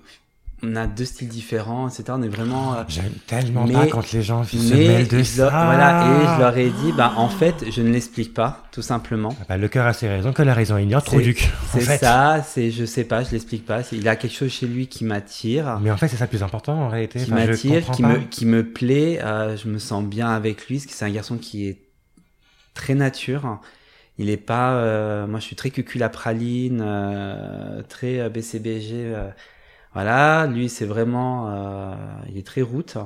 on a deux styles différents, etc. On est vraiment. euh,
J'aime tellement
Mais-
pas quand les gens se
mais
mêlent de
je leur-
ça.
voilà, et je leur ai dit Bah en fait, je ne l'explique pas, tout simplement.
Ah bah, le cœur a ses raisons que la raison ignore, trop
C'est-
duc. En
C'est
fait.
ça, c'est je sais pas, je l'explique pas. c'est- Il a quelque chose chez lui qui m'attire.
Mais en fait, c'est ça le plus important en réalité.
qui
Enfin, je
m'attire,
comprends
qui
pas.
me, qui me plaît. euh, je me sens bien avec lui, parce que c'est un garçon qui est très nature. Il est pas. euh, moi, je suis très cucul à praline, euh, très euh, BCBG. euh, voilà, lui, c'est vraiment. euh, il est très route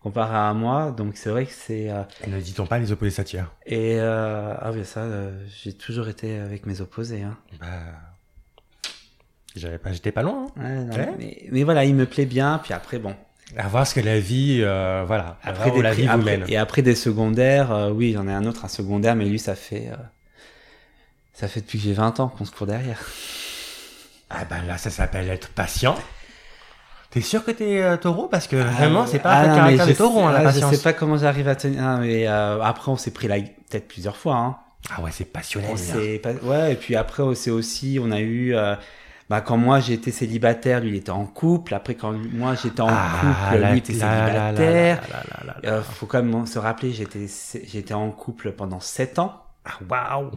comparé à moi, donc c'est vrai que c'est. euh,
Et Ne dit-on pas les opposés s'attirent
et euh, ah oui, ça, euh, j'ai toujours été avec mes opposés. Hein.
Bah. J'avais pas, j'étais pas loin. hein.
Ouais, non,
Ouais.
mais, mais voilà, il me plaît bien. Puis après, bon,
À voir ce que la vie, euh, voilà, à voir où la
pri-
vie vous
après-
mène.
et après des secondaires, euh, oui, j'en ai un autre, un secondaire, mais lui, ça fait, euh, ça fait depuis que j'ai 20 ans qu'on se court derrière.
Ah bah là, ça s'appelle être patient. T'es sûr que t'es euh, taureau Parce que vraiment, c'est pas
Ah,
un
non,
caractère
mais
de
je
taureau, hein,
sais-
la
ah,
patience.
Je sais pas comment j'arrive à tenir. ah, mais euh, après, on s'est pris la gue- peut-être plusieurs fois. Hein.
Ah ouais, c'est passionnel.
On
ça.
s'est pas- ouais, et puis après, on s'est aussi, on a eu. euh, bah, quand moi j'étais célibataire, lui il était en couple. Après, quand lui- moi j'étais en
Ah,
couple,
la-
lui était
la- la- la- la-
célibataire.
la- la- la- la-
Euh, faut quand même se rappeler, j'étais j'étais en couple pendant
[laughs]
7 ans.
Ah, waouh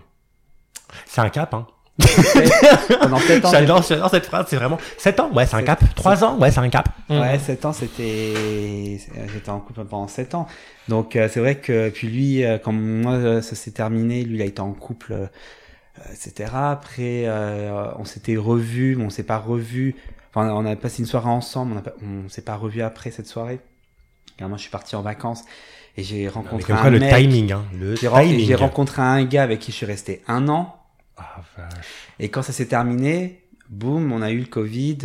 C'est un cap, hein.
Pendant 7 ans,
J'adore j'adore cette phrase, c'est vraiment 7 ans, ouais, c'est un
C'est-
cap. 3 ans, ouais, c'est un cap.
Ouais, 7 ans, c'était. euh, J'étais en couple pendant 7 ans. Donc, euh, c'est vrai que. Puis lui, euh, quand moi, euh, ça s'est terminé, lui, il a été en couple, euh, etc. Après, euh, on s'était revus, mais on s'est pas revus. Enfin, on a passé une soirée ensemble, on, a pas- on s'est pas revus après cette soirée. Car moi, je suis parti en vacances et j'ai
Non, mais
rencontré
comme
un
quoi, le
mec.
timing, hein. Le
J'ai ren-
timing.
j'ai rencontré un gars avec qui je suis resté un an.
Ah, vache.
Et quand ça s'est terminé, boum, on a eu le Covid.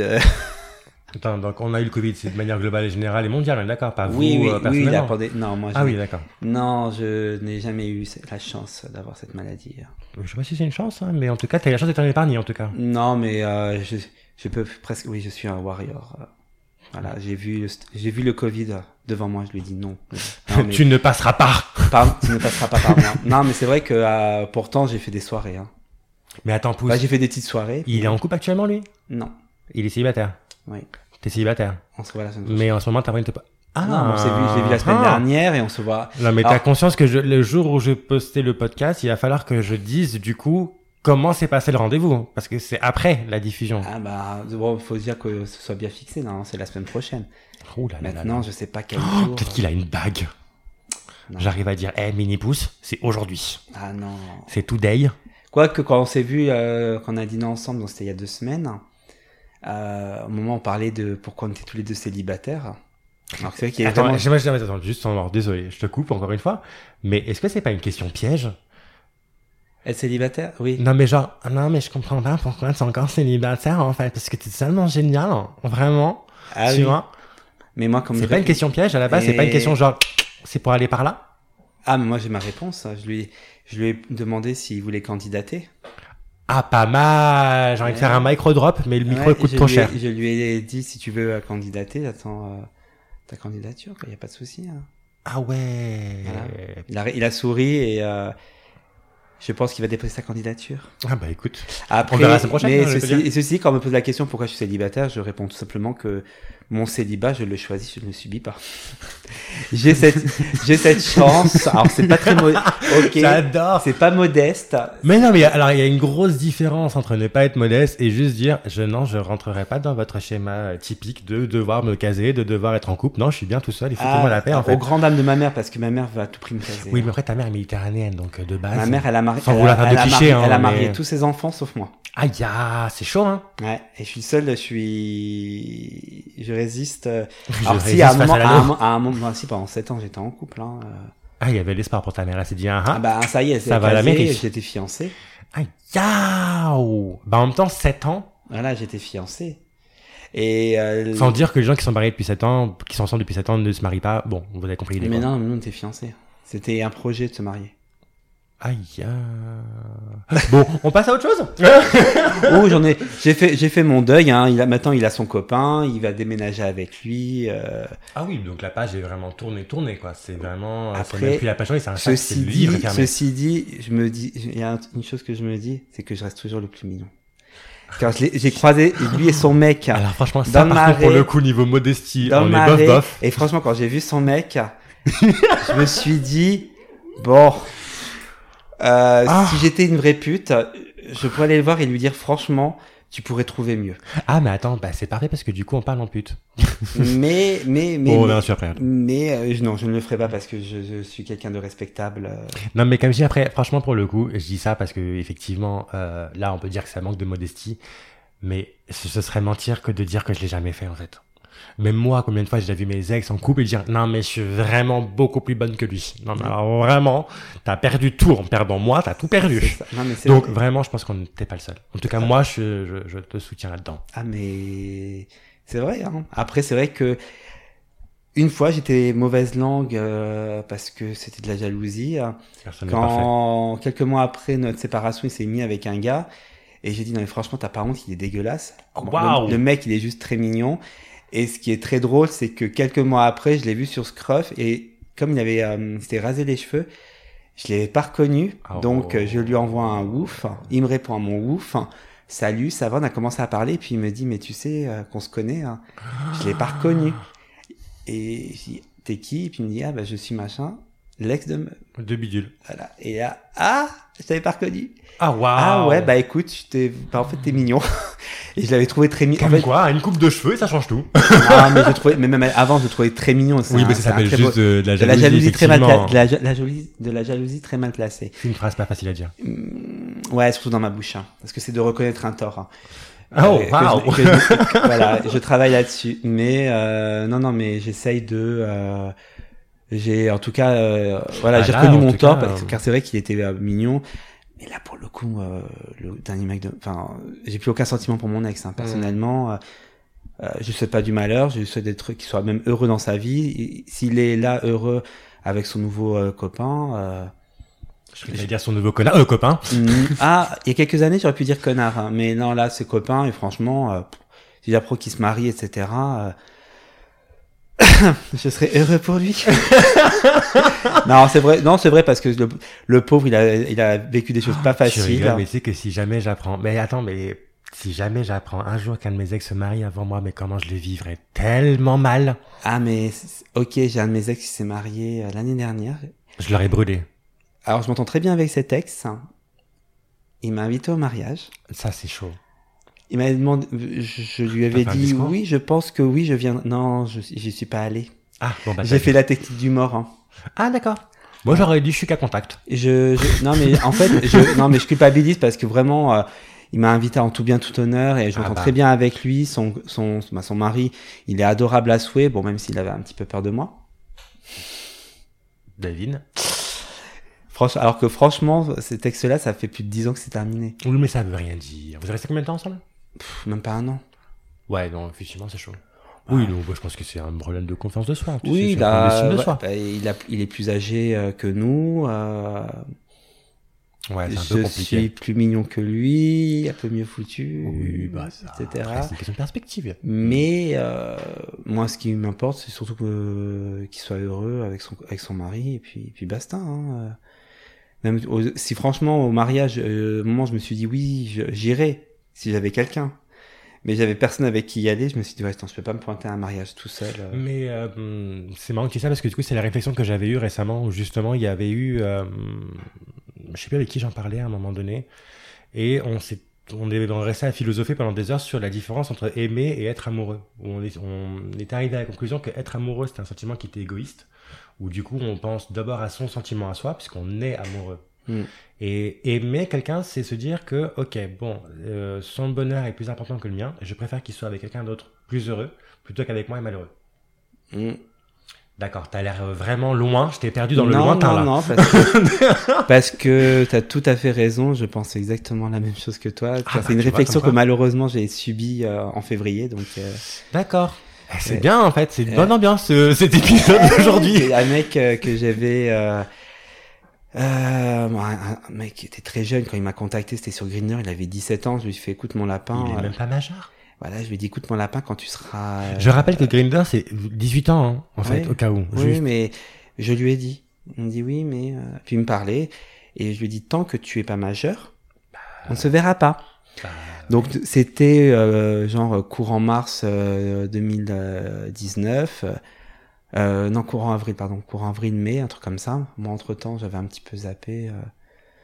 Attends, donc on a eu le Covid, c'est de manière globale et générale et mondiale, on est d'accord Pas
[laughs] oui,
vous,
oui,
euh,
oui,
personnellement.
la pandé- Non, moi,
ah
je-
oui, d'accord.
Non, je n'ai jamais eu cette- la chance d'avoir cette maladie. hein.
Je sais pas si c'est une chance, hein, mais en tout cas, t'as eu la chance d'être un épargné, en tout cas.
Non, mais euh, je, je peux presque. Oui, je suis un warrior. euh, Voilà, j'ai vu, le st- j'ai vu le Covid devant moi. Je lui ai dit non.
[laughs]
non mais
tu ne passeras pas
par- tu ne passeras pas par moi. Non, mais c'est vrai que euh, pourtant j'ai fait des soirées. Hein.
Mais attends, pousse.
Bah, j'ai fait des petites soirées.
Il est en couple actuellement, lui
Non,
Il est célibataire
Oui.
T'es célibataire
on se voit la semaine prochaine.
Mais en ce moment, t'as pas une... Ah,
Non, mais on s'est vu, je l'ai vu la semaine
ah.
dernière et on se voit.
Non, mais t'as
Alors-
conscience que je- le jour où je postais le podcast, il va falloir que je dise, du coup, comment s'est passé le rendez-vous. hein, Parce que c'est après la diffusion.
Ah bah, bon, faut se dire que ce soit bien fixé. Non, c'est la semaine prochaine.
Ouh Ah là là là là.
Ah, Maintenant, je sais pas quel
Oh,
jour.
Peut-être qu'il a une bague.
Non.
J'arrive à dire, hé, mini-pouce, c'est aujourd'hui.
Ah non.
C'est today.
Quoique, quand on s'est vu, euh, qu'on a dîné ensemble, donc c'était il y a deux semaines, euh, au moment où on parlait de pourquoi on était tous les deux célibataires. Alors que c'est vrai qu'il y a
Attends,
vraiment...
je- je- je- attends, juste en ordre, désolé, je te coupe encore une fois. Mais est-ce que c'est pas une question piège
Être célibataire Oui.
Non, mais genre, ah non, mais je comprends pas pourquoi tu es encore célibataire en fait, parce que t'es tellement génial, hein, vraiment.
Ah
tu
oui.
vois
Mais moi, comme
C'est
je-
pas une question piège à la base, c'est pas une
Et-
question genre, c'est pour aller par là
Ah, mais moi, j'ai ma réponse. hein. Je lui, je lui ai demandé s'il voulait candidater.
Ah, pas mal J'ai envie de
Ouais.
faire un micro-drop, mais le micro
Ouais,
coûte
je
trop
lui ai-
cher.
Je lui ai dit, si tu veux euh, candidater, j'attends euh, ta candidature, il n'y a pas de souci. hein.
Ah ouais
Voilà. Il, a, il a souri et... euh, je pense qu'il va déposer sa candidature.
Ah bah écoute,
Après,
verra la semaine prochaine,
Mais
hein, je veux
ceci,
dire.
et ceci, quand on me pose la question pourquoi je suis célibataire, je réponds tout simplement que mon célibat, je le choisis, je ne le subis pas. [laughs] j'ai cette, j'ai cette chance. Alors c'est pas
[laughs]
très mo- ok,
j'adore
c'est pas modeste.
Mais non, mais alors il y a une grosse différence entre ne pas être modeste et juste dire je non, je rentrerai pas dans votre schéma euh, typique de devoir me caser, de devoir être en couple. Non, je suis bien tout seul, il faut que tout le monde la paix en
Ah, Au
fait.
grand dame de ma mère, parce que ma mère va à tout prix me caser.
Oui, mais après ta mère est méditerranéenne, donc euh, de base.
ma mère, elle a marié,
sans
elle,
vouloir faire
a,
de
elle a
clichés,
marié,
hein,
elle a
mais-
marié tous ses enfants sauf moi.
Aïe, ah, c'est chaud, hein.
Ouais, et je suis le seul, je suis, je résiste. euh,
Je
Alors
résiste
si à un
face
moment,
à la
à un
loi.
mo- à un moment, moi, si pendant 7 ans j'étais en couple. Hein, euh,
Ah, il y avait l'espoir pour ta mère, là, c'est dit, ah,
Ah
ah.
bah ça y est, c'est
Ça va à la
casé,
mairie.
J'étais fiancé.
Aïe, yaou. Bah, en même temps, 7 ans.
Voilà, j'étais fiancé. Et euh,
Sans dire que les gens qui sont mariés depuis 7 ans, qui sont ensemble depuis 7 ans, ne se marient pas. Bon, vous avez compris l'idée.
mais
quoi.
non, mais nous on était fiancés. C'était un projet de se marier. [laughs]
Aïe. ah. Bon, on passe à autre chose
oh, j'en ai, j'ai fait, j'ai fait mon deuil. Hein. Il a, maintenant, il a son copain, il va déménager avec lui. euh,
Ah oui, donc la page est vraiment tournée, tournée, quoi. C'est vraiment.
Après,
Après, même plus la page tournée, Ah, c'est un sac, c'est
ceci
le
dit,
livre qui fermé.
ceci dit, je me dis, il y a un- une chose que je me dis, c'est que je reste toujours le plus mignon. Car je l'ai- j'ai croisé lui et son mec hein.
Alors franchement, ça,
Dans
par contre,
Marais-
pour le coup, niveau modestie,
dans
on
le
est bof
marais.
bof.
Et franchement, quand j'ai vu
[laughs]
son mec, je me suis dit, bon, euh,
Ah.
si j'étais une vraie pute, je pourrais aller le voir et lui dire, franchement, tu pourrais
[laughs]
trouver mieux.
Ah, mais attends, bah, c'est parfait parce que du coup, on parle en pute.
mais, mais, mais.
bon, on
mais-
est un surprenant.
Mais euh, je- non, je ne le ferai pas parce que je, je suis quelqu'un de respectable. euh.
Non, mais comme je dis après, franchement, pour le coup, je dis ça parce que effectivement, euh, là, on peut dire que ça manque de modestie, mais ce, ce serait mentir que de dire que je l'ai jamais fait en fait. Même moi, combien de fois j'ai vu mes ex en couple et dire non mais je suis vraiment beaucoup plus bonne que lui. Non mais alors, vraiment, t'as perdu tout en perdant moi, t'as tout
C'est
perdu.
ça. Non, mais c'est
Ah, Donc
vrai.
vraiment, je pense qu'on n'était pas le seul. En tout cas, moi, je, je, je te soutiens là-dedans.
Ah, mais c'est vrai. Hein. Après, c'est vrai que une fois, j'étais mauvaise langue euh, parce que c'était de la jalousie. hein.
Personne n'est parfait.
Quand quelques mois après notre séparation, il s'est mis avec un gars et j'ai dit non mais franchement, t'as pas honte, il est dégueulasse.
Oh,
Bon,
waouh.
le, le mec, il est juste très mignon. Et ce qui est très drôle, c'est que quelques mois après, je l'ai vu sur Scruff et comme il avait, euh, il s'était rasé les cheveux, je l'avais pas reconnu.
Oh.
Donc euh, je lui envoie un ouf. Il me répond à mon ouf. Salut, ça va, on a commencé à parler, puis il me dit, mais tu sais euh, qu'on se connaît, hein. je l'ai
[gasps]
pas reconnu. Et je dis, t'es qui Et puis il me dit, ah bah je suis machin, l'ex de, me-
Deux bidules.
voilà. Et là, ah, je t'avais pas reconnu.
Ah waouh.
Ah ouais, bah écoute, tu t'es- bah, en fait, t'es mignon. [laughs] et je l'avais trouvé très mignon. En
Comme
fait,
quoi, une coupe de cheveux, ça change tout.
ah, mais je le trouvais, mais même avant, je le trouvais très mignon. [laughs] C'est
Oui,
un-
mais ça
c'est un
s'appelle
très
juste euh,
beau-
de, la
de la
jalousie.
jalousie très mal,
effectivement.
cla- de la, ja- la jolie- de la jalousie très mal classée.
C'est une phrase pas facile à dire.
Hum, Ouais, surtout dans ma bouche, hein, parce que c'est de reconnaître un tort. hein.
Oh,
Euh, que
waouh.
je- que je- voilà, je travaille là-dessus, mais euh, non, non, mais j'essaye de. euh, j'ai en tout cas, euh, voilà,
Ah
j'ai
là,
reconnu
en
mon
tout
tort
cas,
parce-
euh,
car c'est vrai qu'il était euh, mignon. Mais là, pour le coup, euh, le dernier mec, de... enfin, j'ai plus aucun sentiment pour mon
Mm.
ex. hein. Personnellement, euh, euh, je souhaite pas du malheur. Je souhaite des trucs qui soient même heureux dans sa vie. Et S'il est là heureux avec son nouveau euh, copain. euh,
Je voulais dire son nouveau connard, euh, copain.
Mm. ah, il y a quelques années, j'aurais pu dire connard, hein. mais non, là, c'est copain, et franchement, euh, pff, si j'apprends qu'il se marie, etc., euh, [coughs] je serais heureux pour lui. [laughs] non, c'est vrai, non, c'est vrai, parce que le, le pauvre, il a, il a vécu des choses pas
Ah, Tu
faciles.
rigoles, mais tu sais que si jamais j'apprends. Mais attends, mais si jamais j'apprends un jour qu'un de mes ex se marie avant moi, mais comment je le vivrais tellement mal.
Ah, mais c'est- ok, j'ai un de mes ex qui s'est marié euh, l'année dernière.
Je l'aurais brûlé.
Alors, je m'entends très bien avec cet ex. hein. Il m'a invité au mariage.
Ça, c'est chaud.
Il m'a demandé, je, je lui avais
fait Ah, un
dit
discours
oui, je pense que oui, je viens. Non, je j'y suis pas allé.
Ah, bon, bah.
J'ai
t'as-
fait la technique du mort. hein.
Ah, d'accord. Moi, j'aurais dit, je suis qu'à contact.
Je, je- non mais en fait, je, non mais je culpabilise parce que vraiment, euh, il m'a invité en tout bien tout honneur et je
Ah
m'entends
bah.
très bien avec lui. Son, son, bah, son mari, il est adorable à souhait. Bon, même s'il avait un petit peu peur de moi.
David.
Franch- alors que franchement, ces textes-là, ça fait plus de 10 ans que c'est terminé.
Oui, mais ça veut rien dire. Vous restez combien de temps ensemble
Pff, même pas un an.
Ouais, non, effectivement, c'est chaud. Oui, donc, bah, je pense que c'est un problème de confiance de soi. tu sais,
oui,
c'est
il
un problème
a,
d'estime de
ouais,
soi.
bah, il a, il est plus âgé euh, que nous. euh,
Ouais, Ah, c'est un peu
je
compliqué.
suis plus mignon que lui, un peu mieux foutu,
Oui, bah, ça.
etc.
après, C'est une question de perspective.
Mais
Mm.
euh, moi, ce qui m'importe, c'est surtout que- qu'il soit heureux avec son, avec son mari, et puis, et puis basta. hein. Même au- si franchement, au mariage, euh, au moment, je me suis dit oui, je- j'irai si j'avais quelqu'un. Mais j'avais personne avec qui y aller. Je me suis dit, ouais, attends, je peux pas me pointer à un mariage tout seul. euh.
Mais euh, hum, c'est marrant que tu dis ça parce que du coup, c'est la réflexion que j'avais eue récemment où justement il y avait eu. euh, je sais plus avec qui j'en parlais à un moment donné. Et on s'est. On est on restait à philosopher pendant des heures sur la différence entre aimer et être amoureux. Où on, est, on est arrivé à la conclusion que être amoureux, c'était un sentiment qui était égoïste. Où du coup, on pense d'abord à son sentiment à soi, puisqu'on est amoureux.
Mm.
Et aimer quelqu'un, c'est se dire que, ok, bon, euh, son bonheur est plus important que le mien, et je préfère qu'il soit avec quelqu'un d'autre plus heureux, plutôt qu'avec moi et malheureux.
Mm.
D'accord, t'as l'air vraiment loin, je t'ai perdu dans le
non,
lointain
non,
là.
non, parce que,
[laughs]
parce que t'as tout à fait raison, je pense exactement la même chose que toi.
Ah,
Ça,
bah,
c'est une
tu vois,
réflexion
comme
que
quoi.
malheureusement j'ai subie euh, en février, donc euh,
D'accord. Eh, C'est
Ouais.
bien en fait, c'est une
Ouais.
bonne ambiance ce- cet
[laughs]
épisode [laughs] d'aujourd'hui.
C'est un mec euh, que j'avais. euh, euh, bon, un, un mec qui était très jeune quand il m'a contacté, c'était sur Greener, il avait 17 ans. Je lui ai fait écoute mon lapin.
Il
euh,
est même pas majeur.
Voilà, je lui ai dit écoute mon lapin quand tu seras. euh,
Je rappelle que Grinder c'est 18 ans hein, en fait,
Ouais.
au cas où.
Oui,
Juste.
mais je lui ai dit. Il me dit oui, mais. euh, Puis il me parlait. Et je lui ai dit tant que tu es pas majeur, on ne se verra pas.
bah,
Donc c'était euh, genre courant mars euh, 2019. Euh, non, courant avril, pardon. Courant avril-mai, un truc comme ça. Moi, entre-temps, j'avais un petit peu zappé euh,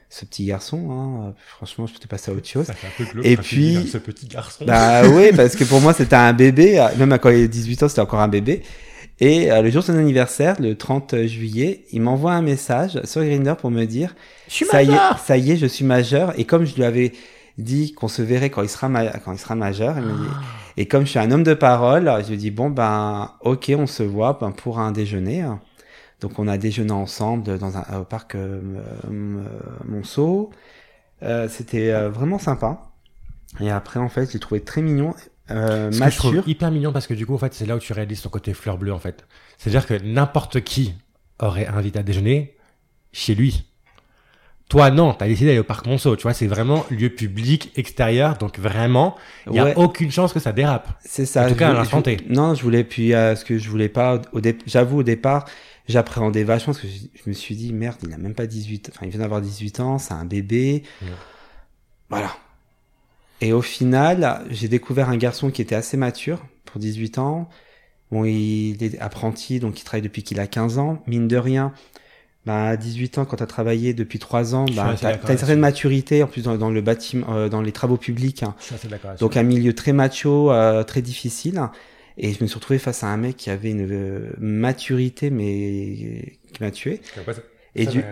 ce petit garçon. hein. Euh, Franchement, je peux passer à autre chose.
fait un peu glauque
Et
quand tu dis,
puis-
hein, ce petit garçon.
[laughs] Bah oui, parce que pour moi, c'était un bébé. Même quand il avait 18 ans, c'était encore un bébé. Et euh, le jour de son anniversaire, le 30 juillet, il m'envoie un message sur Grinder pour me dire
je suis
ça y,
majeur.
est, ça y est, je suis majeur. Et comme je lui avais dit qu'on se verrait quand il sera, ma- quand il sera majeur, Ah,
Ah.
il me dit- et comme je suis un homme de parole, je lui dis bon ben ok, on se voit ben, pour un déjeuner. Donc on a déjeuné ensemble dans un au parc euh, M- M- Monceau. Euh, C'était euh, vraiment sympa. Et après en fait, j'ai trouvé très mignon, euh,
Ce que je trouve
mature.
hyper mignon parce que du coup, en fait, c'est là où tu réalises ton côté fleur bleue, en fait. C'est-à-dire que n'importe qui aurait invité à déjeuner chez lui. Toi, non, t'as décidé d'aller au parc Monceau, tu vois, c'est vraiment lieu public, extérieur, donc vraiment, il n'y a
Ouais.
aucune chance que ça dérape.
C'est ça.
En tout
je
cas, à
voulais-
l'instant
je-
T.
Non, je voulais, puis euh, ce que je voulais pas, au dé- j'avoue, au départ, j'appréhendais vachement parce que je, je me suis dit, merde, il a même pas 18, enfin, il vient d'avoir 18 ans, c'est un bébé.
Ouais.
Voilà. Et au final, j'ai découvert un garçon qui était assez mature pour 18 ans. Bon, il est apprenti, donc il travaille depuis qu'il a 15 ans. Mine de rien, bah, à 18 ans, quand tu as travaillé depuis 3 ans,
suis
bah,
assez
tu as,
d'accord
une certaine
là-dessus.
maturité, en plus dans, dans le bâtiment, euh, dans les travaux publics. hein.
Je suis assez d'accord.
Donc un milieu très macho, euh, très difficile. Et je me suis retrouvé face à un mec qui avait une euh, maturité, mais qui m'a tué. Et du,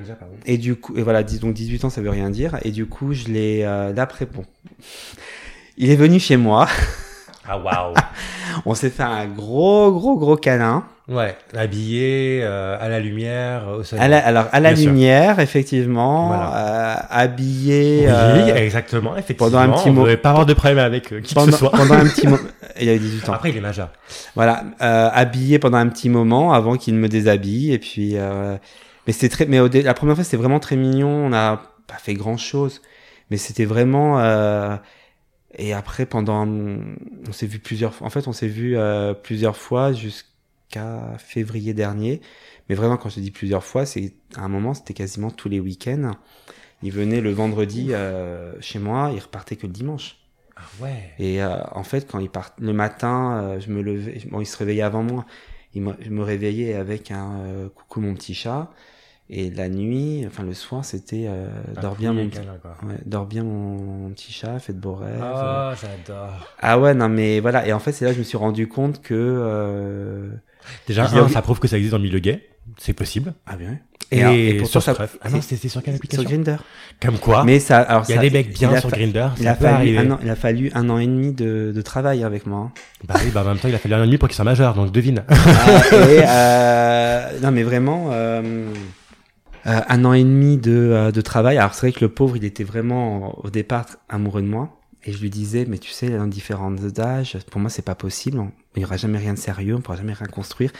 et du coup, et voilà, dis- donc 18 ans, ça veut rien dire. Et du coup, je l'ai euh, d'après bon. [laughs] Il est venu chez moi. [laughs]
Ah, waouh!
On s'est fait un gros, gros, gros câlin.
ouais, habillé, euh, à la lumière, au soleil.
À la- alors à la
Bien sûr.
lumière, effectivement,
Voilà.
euh, habillé.
Oui,
euh,
exactement, effectivement.
pendant un petit
on
mot-
devrait pas avoir de problème avec euh, qui que
pendant,
ce soit.
pendant un petit moment. [laughs] Il avait 18 ans.
Après, il est majeur.
Voilà, euh, habillé pendant un petit moment avant qu'il me déshabille et puis euh, mais c'était très mais au dé- la première fois c'était vraiment très mignon, on n'a pas fait grand-chose mais c'était vraiment euh, et après pendant on s'est vu plusieurs fois en fait on s'est vu euh, plusieurs fois jusqu'à février dernier mais vraiment quand je dis plusieurs fois c'est à un moment c'était quasiment tous les week-ends il venait le vendredi euh, chez moi il repartait que le dimanche
Ah, ouais.
et euh, en fait, quand il part le matin, euh, je me levais. Bon, il se réveillait avant moi. Il me- je me réveillais avec un euh, coucou mon petit chat. Et la nuit, enfin le soir, c'était euh, dors
Ah,
bien mon petit, ouais, dors bien mon petit chat, fais de beaux rêves. euh.
Oh, j'adore.
Ah ouais, non mais voilà. Et en fait, c'est là que je me suis rendu compte que euh,
Déjà,
Je l'ai
un,
envie-
ça prouve que ça existe dans le milieu gay. C'est possible.
ah bien.
Et,
alors- pourtant,
sur
ça-
Struff. Ah non, c'était sur quelle
sur
application
Grinder.
Comme quoi,
Mais ça, alors
il y a
ça-
des mecs
il
bien
a
sur
fa-
Grinder.
Il a, fallu un an, il a fallu un an et demi de, de travail avec moi. hein.
Bah oui, bah en même temps, il a fallu un an et demi pour qu'il soit majeur, donc devine.
Euh, et, euh, non, mais vraiment, euh, euh, un an et demi de, euh, de travail. Alors, c'est vrai que le pauvre, il était vraiment au départ amoureux de moi. Et je lui disais, mais tu sais, dans différents âges, pour moi, c'est pas possible. On- Il y aura jamais rien de sérieux, on pourra jamais rien construire.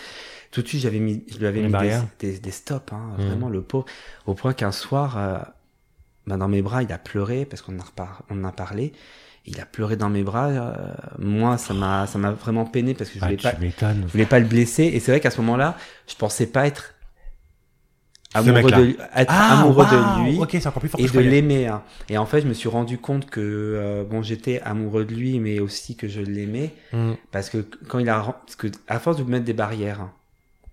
Tout de suite, j'avais mis, je lui avais
Une
mis des,
barrière.
des- des stops, hein,
Mhm.
vraiment le pauvre. Au point qu'un soir, euh, ben, dans mes bras, il a pleuré parce qu'on en, repar- on en a parlé. Il a pleuré dans mes bras. euh, moi, ça m'a, ça m'a vraiment peiné parce que je
Ah,
voulais
tu
pas,
m'étonnes.
je voulais pas le blesser et c'est vrai qu'à ce moment-là, je pensais pas être amoureux
mec-là.
de lui, être
Ah,
amoureux
waouh,
de lui
Ok, c'est encore plus fort
et
que je
de
croyais.
l'aimer. hein. Et en fait, je me suis rendu compte que euh, bon, j'étais amoureux de lui, mais aussi que je l'aimais
Mm.
parce que quand il a ren- parce que à force de me mettre des barrières, hein,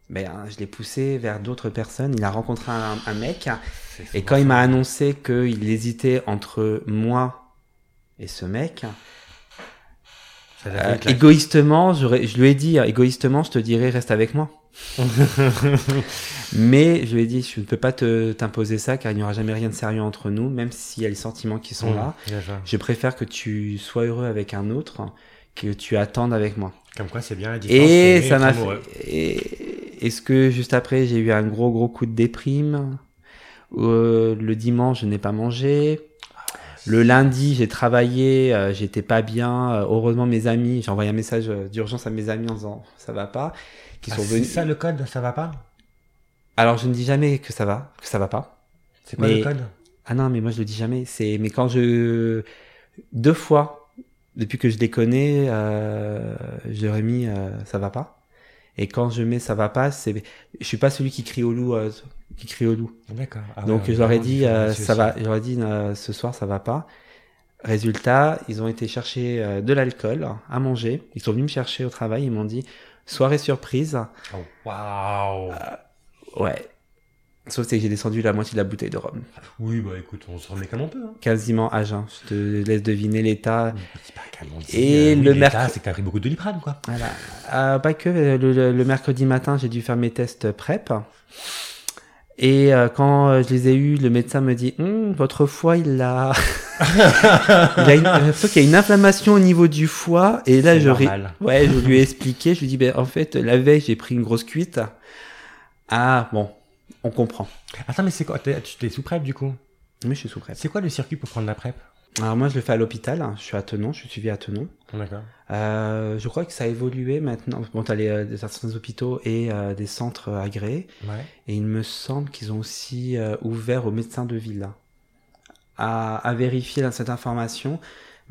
ben hein, je l'ai poussé vers d'autres personnes. Il a rencontré un, un mec hein, et quand il m'a annoncé qu'il hésitait entre moi et ce mec,
Ça t'a
euh,
fait une claque.
égoïstement, j'aurais- je lui ai dit, hein, égoïstement, je te dirais, reste avec moi. Mais je lui ai dit, je ne peux pas te- t'imposer ça car il n'y aura jamais rien de sérieux entre nous, même s'il y a les sentiments qui
Mm.
sont là.
Bien joué.
Je préfère que tu sois heureux avec un autre que tu attendes avec moi.
Comme quoi, c'est bien la différence.
Et
d'aimer
ça
être
m'a
amoureux.
fait- et- Est-ce que juste après, j'ai eu un gros, gros coup de déprime Euh, Le dimanche, je n'ai pas mangé. Le lundi, j'ai travaillé, euh, j'étais pas bien. Euh, heureusement, mes amis, j'ai envoyé un message euh, d'urgence à mes amis en disant ça va pas. Qui
Ah,
sont
c'est
venus.
ça le code, ça va pas
Alors, je ne dis jamais que ça va, que ça va pas.
C'est quoi
Mais-
le code
Ah non, mais moi je le dis jamais. C'est mais quand je deux fois depuis que je les connais, euh, j'aurais mis euh, ça va pas. Et quand je mets ça va pas, c'est je suis pas celui qui crie au loup, euh, qui crie au loup.
D'accord. Ah ouais,
Donc
on est
je leur ai
vraiment
dit
différents
euh,
là-dessus
ça
aussi.
va, j'aurais dit euh, ce soir ça va pas. Résultat, ils ont été chercher euh, de l'alcool à manger. Ils sont venus me chercher au travail. Ils m'ont dit soirée surprise.
Oh, Waouh
Ouais. Sauf que j'ai descendu la moitié de la bouteille de rhum.
Oui, bah écoute, on se remet comme on peut. hein.
Quasiment à jeun. Je te laisse deviner l'état.
C'est pas comme on dit, euh,
Et
oui,
le
l'État,
mercredi-
C'est que t'as pris beaucoup de doliprane, quoi.
Voilà. Euh, pas que euh, le, le- le mercredi matin, j'ai dû faire mes tests PrEP. Et euh, quand euh, je les ai eus, le médecin me dit Hum, votre foie, il a, [laughs] il a une... j'ai l'impression qu'il y a une inflammation au niveau du foie. Et là,
C'est
je, ri-
normal.
ouais, je lui ai expliqué. Je lui ai dit ben, En fait, la veille, j'ai pris une grosse cuite. Ah, bon, on comprend.
Attends, mais c'est quoi T'es- Tu t'es sous PrEP, du coup
Mais je suis sous PrEP.
C'est quoi le circuit pour prendre la PrEP
Alors, moi, je le fais à l'hôpital. hein. Je suis à Tenon, je suis suivi à Tenon.
Ah, D'accord.
Euh, je crois que ça a évolué maintenant. Bon, t'as les, euh, certains hôpitaux et euh, des centres euh, agréés.
Ouais.
Et il me semble qu'ils ont aussi euh, ouvert aux médecins de ville hein, à, à vérifier là, cette information.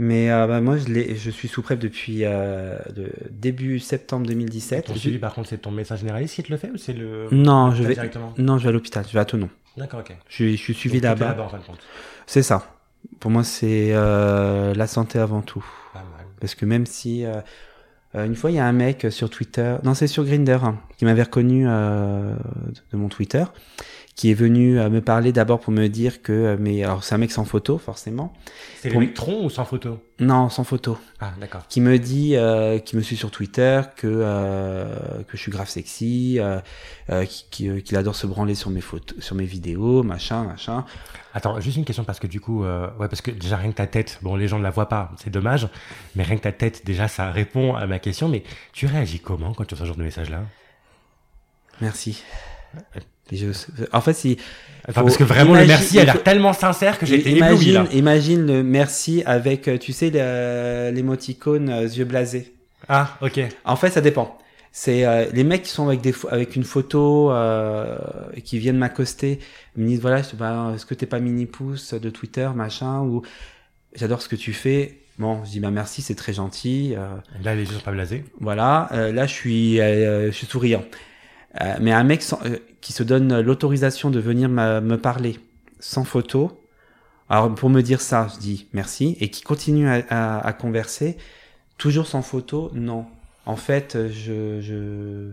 Mais euh, bah, moi, je, l'ai- je suis sous PrEP depuis euh, de- début septembre 2017.
Ton
Je-
suivi, par contre, c'est ton médecin généraliste qui te le fait ou c'est le.
Non, je
T'as
vais...
Directement.
non, je vais à l'hôpital, je vais à Tonon.
D'accord, ok.
Je, je suis suivi
Donc, tout est
là-bas.
là-bas, en fin de compte.
C'est ça. Pour moi, c'est euh, la santé avant tout.
Pas mal.
Parce que même si. euh, euh, une fois, il y a un mec euh, sur Twitter, non, c'est sur Grinder, qui m'avait reconnu euh, de mon Twitter, qui est venu euh, me parler d'abord pour me dire que. euh, mais alors, c'est un mec sans photo, forcément.
C'est
Pour-
l'électron ou sans photo
Non, sans photo.
Ah, d'accord.
Qui me dit, euh, qui me suit sur Twitter, que, euh, que je suis grave sexy, euh, euh, qui- qui, euh, qu'il adore se branler sur mes photos, sur mes vidéos, machin, machin.
Attends, juste une question parce que du coup, euh, ouais, parce que déjà rien que ta tête, bon, les gens ne la voient pas, c'est dommage, mais rien que ta tête, déjà, ça répond à ma question. Mais tu réagis comment quand tu reçois ce genre de message-là
Merci. Et je- en fait, si,
Attends,
Faut
parce que vraiment, le
imagine-
merci a l'air
faut-
tellement sincère que j'ai été ébloui là.
imagine, imagine le merci avec, euh, tu sais, le- l'émoticône euh, yeux blasés.
Ah, ok.
En fait, ça dépend. C'est euh, les mecs qui sont avec des pho- avec une photo euh, et qui viennent m'accoster, ils me disent voilà, je- ben, est-ce que t'es pas mini pouce de Twitter machin ou j'adore ce que tu fais. Bon, je dis bah merci, c'est très gentil. euh,
Là, les gens sont pas blasés.
voilà, euh, là je suis, euh, je suis souriant. Euh, mais un mec sans- euh, qui se donne l'autorisation de venir ma- me parler sans photo, alors pour me dire ça, je dis merci, et qui continue à, à- à converser, toujours sans photo, non. En fait, euh, je, je...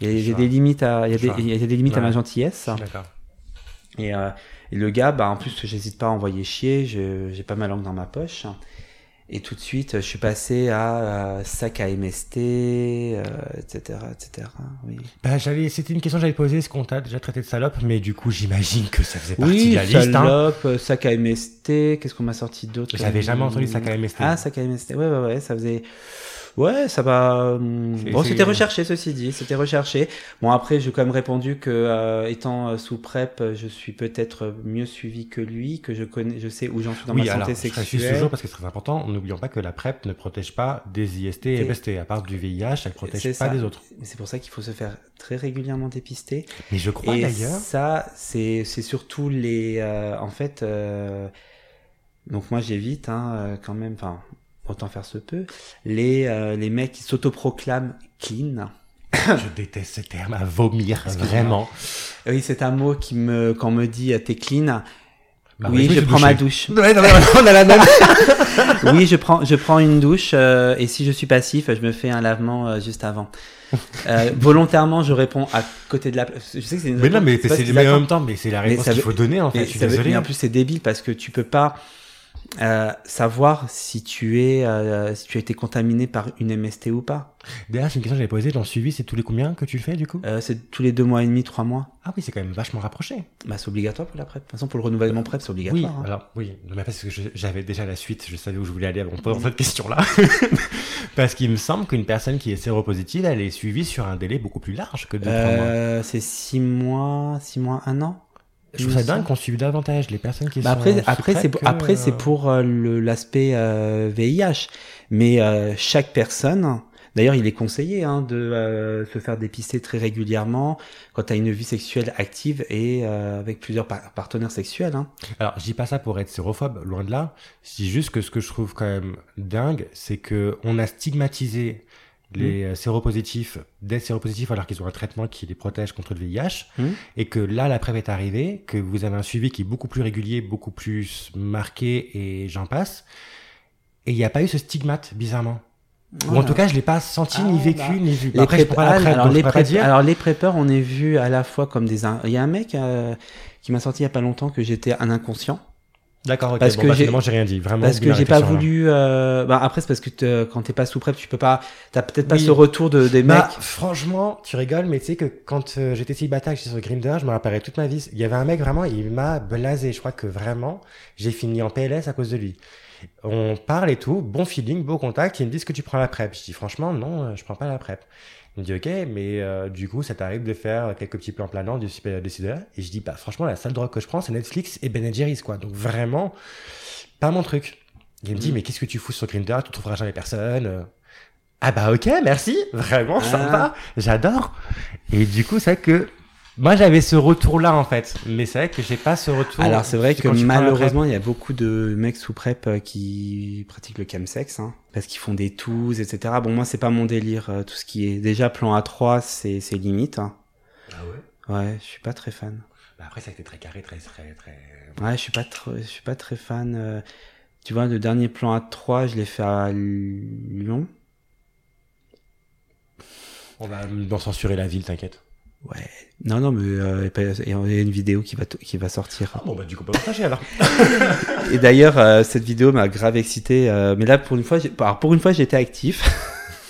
Il y a- il y a des limites à, il y a des,
Sure.
il y a des limites à ma
Ouais.
gentillesse.
D'accord.
Et, euh, et le gars, bah, en plus, j'hésite pas à envoyer chier, je- j'ai pas ma langue dans ma poche. Et tout de suite, je suis passé à euh, sac à MST, euh, etc., etc. Oui,
Bah, j'avais, c'était une question que j'avais posée, est-ce qu'on t'a déjà traité de salope Mais du coup, j'imagine que ça faisait partie de la liste. Hein.
salope, euh, sac à MST, qu'est-ce qu'on m'a sorti d'autre
J'avais jamais entendu ça quand
MST.
même. c'était-
Ah, sac à MST, ouais, ouais, ouais, ça faisait... Ouais, ça va... hum,
C'est-
Bon,
c'est-
c'était recherché, ceci dit, c'était recherché. Bon, après, j'ai quand même répondu que, euh, étant euh, sous PrEP, je suis peut-être mieux suivi que lui, que je connais, je sais où j'en suis dans
oui,
ma
alors,
santé
je précise
sexuelle.
toujours parce que c'est très important, n'oublions pas que la PrEP ne protège pas des IST et MST. À part du VIH, elle ne protège
C'est
pas
ça.
des autres.
Mais C'est pour ça qu'il faut se faire très régulièrement dépister.
Mais je crois
et
d'ailleurs.
ça, c'est c'est surtout les. euh, en fait, euh, donc moi j'évite hein, euh, quand même, enfin, autant faire se peut, les, euh, les mecs qui s'autoproclament clean.
Je déteste ce terme à vomir,
Excuse-moi.
vraiment.
Oui, c'est un mot qui me. Quand on me dit euh, t'es clean,
Bah ouais,
oui, je,
me suis
prends ma
douché. [laughs]
douche.
Ouais, non, mais on a la [laughs] même.
oui, je prends, je prends une douche euh, et si je suis passif, je me fais un lavement euh,
[laughs]
juste avant. Euh, volontairement, je réponds à côté de la. Je sais que c'est une
Mais non, mais
c'est pas
c'est
ce qu'ils
mais en
attendent.
même temps, mais c'est la réponse
ça
qu'il
veut-
faut donner en fait.
Mais,
Je suis
ça veut- mais
désolé.
en plus, c'est débile parce que tu peux pas. euh, savoir si tu es euh, si tu as été contaminé par une MST ou pas.
D'ailleurs, c'est une question que j'avais posée dans le suivi, c'est tous les combien que tu le fais du coup
Euh, c'est tous les deux mois et demi, trois mois.
Ah oui, c'est quand même vachement rapproché.
Bah, c'est obligatoire pour la PrEP. De toute façon, pour le renouvellement PrEP, c'est
oui,
obligatoire. hein.
alors oui, non, mais parce que je- j'avais déjà la suite, je savais où je voulais aller avant de
Mm.
poser cette question-là. [laughs] parce qu'il me semble qu'une personne qui est séropositive, elle est suivie sur un délai beaucoup plus large que deux trois mois.
Euh, c'est six mois, six mois, un an.
Je trouve ça dingue qu'on suive davantage les personnes qui
Bah
sont
après,
sous
après c'est
PrEP
pour,
que,
après,
euh,
c'est pour euh, le- l'aspect euh, VIH. Mais euh, chaque personne, d'ailleurs, il est conseillé hein, de euh, se faire dépister très régulièrement quand tu as une vie sexuelle active et euh, avec plusieurs par- partenaires sexuels. Hein.
Alors, je dis pas ça pour être sérophobe, loin de là. Je dis juste que ce que je trouve quand même dingue, c'est que on a stigmatisé
Mmh.
les euh, séropositifs des séropositifs alors qu'ils ont un traitement qui les protège contre le VIH
Mm.
et que là la PrEP est arrivée, que vous avez un suivi qui est beaucoup plus régulier, beaucoup plus marqué et j'en passe. Et il n'y a pas eu ce stigmate bizarrement. Ou en
Voilà.
tout cas, je l'ai pas senti ni
Ah,
vécu
bah,
ni vu.
Les
Après, je
prép-
prends pas la
ah,
PrEP,
alors,
donc je
les
peux pas
prép-
dire.
alors, les préppeurs, on est vu à la fois comme des. in- Il y a un mec euh, qui m'a sorti il y a pas longtemps que j'étais un inconscient.
D'accord, ok.
parce
bon,
que
bah,
j'ai-
finalement, j'ai rien dit. Vraiment.
Parce que
bien
j'ai pas
réfléchir, hein.
voulu. euh, Bah, après, c'est parce que te- quand t'es pas sous prep, tu peux pas. T'as peut-être pas
Oui.
ce retour de, des
Bah,
mecs.
franchement, tu rigoles, mais tu sais que quand euh, j'étais célibataire, et que j'étais sur Grindr, je me rappellerai toute ma vie. Il y avait un mec vraiment, il m'a blasé. Je crois que vraiment, j'ai fini en PLS à cause de lui. On parle et tout, bon feeling, beau contact. Il me dit, est-ce que tu prends la PrEP Je dis, franchement, non, euh, je prends pas la PrEP. Il me dit, ok, mais euh, du coup, ça t'arrive de faire quelques petits plans planants du super de là Et je dis, bah, franchement, la seule drogue que je prends, c'est Netflix et Ben Jerry's, quoi. Donc vraiment, pas mon truc. Il me dit,
Mm.
mais qu'est-ce que tu fous sur Grindr Tu trouveras jamais personne. euh. Ah bah ok, merci, vraiment
Ah.
sympa, j'adore. Et du coup, c'est vrai que moi j'avais ce retour-là en fait, mais c'est vrai que j'ai pas ce retour.
Alors, c'est vrai
Parce
que
quand tu prends la PrEP,
malheureusement, il y a beaucoup de mecs sous prep euh, qui pratiquent le camsex. Hein, parce qu'ils font des twos, etc. Bon, moi, c'est pas mon délire. euh, Tout ce qui est déjà plan A3, c'est c'est limite. hein. Ouais, je suis pas très fan.
Ah Bah, après, ça a été très carré, très très très.
Ouais, je suis pas trop, je suis pas très fan. euh, Tu vois, le dernier plan A3, je l'ai fait à Lyon.
On va d'en censurer la ville, t'inquiète.
Ouais. Non, non, mais euh, il y a une vidéo qui va, t- qui va sortir.
Ah bon bah du coup, pas partager alors.
Et d'ailleurs, euh, cette vidéo m'a grave excité. euh, mais là, pour une fois, j'ai- alors, pour une fois, j'étais actif.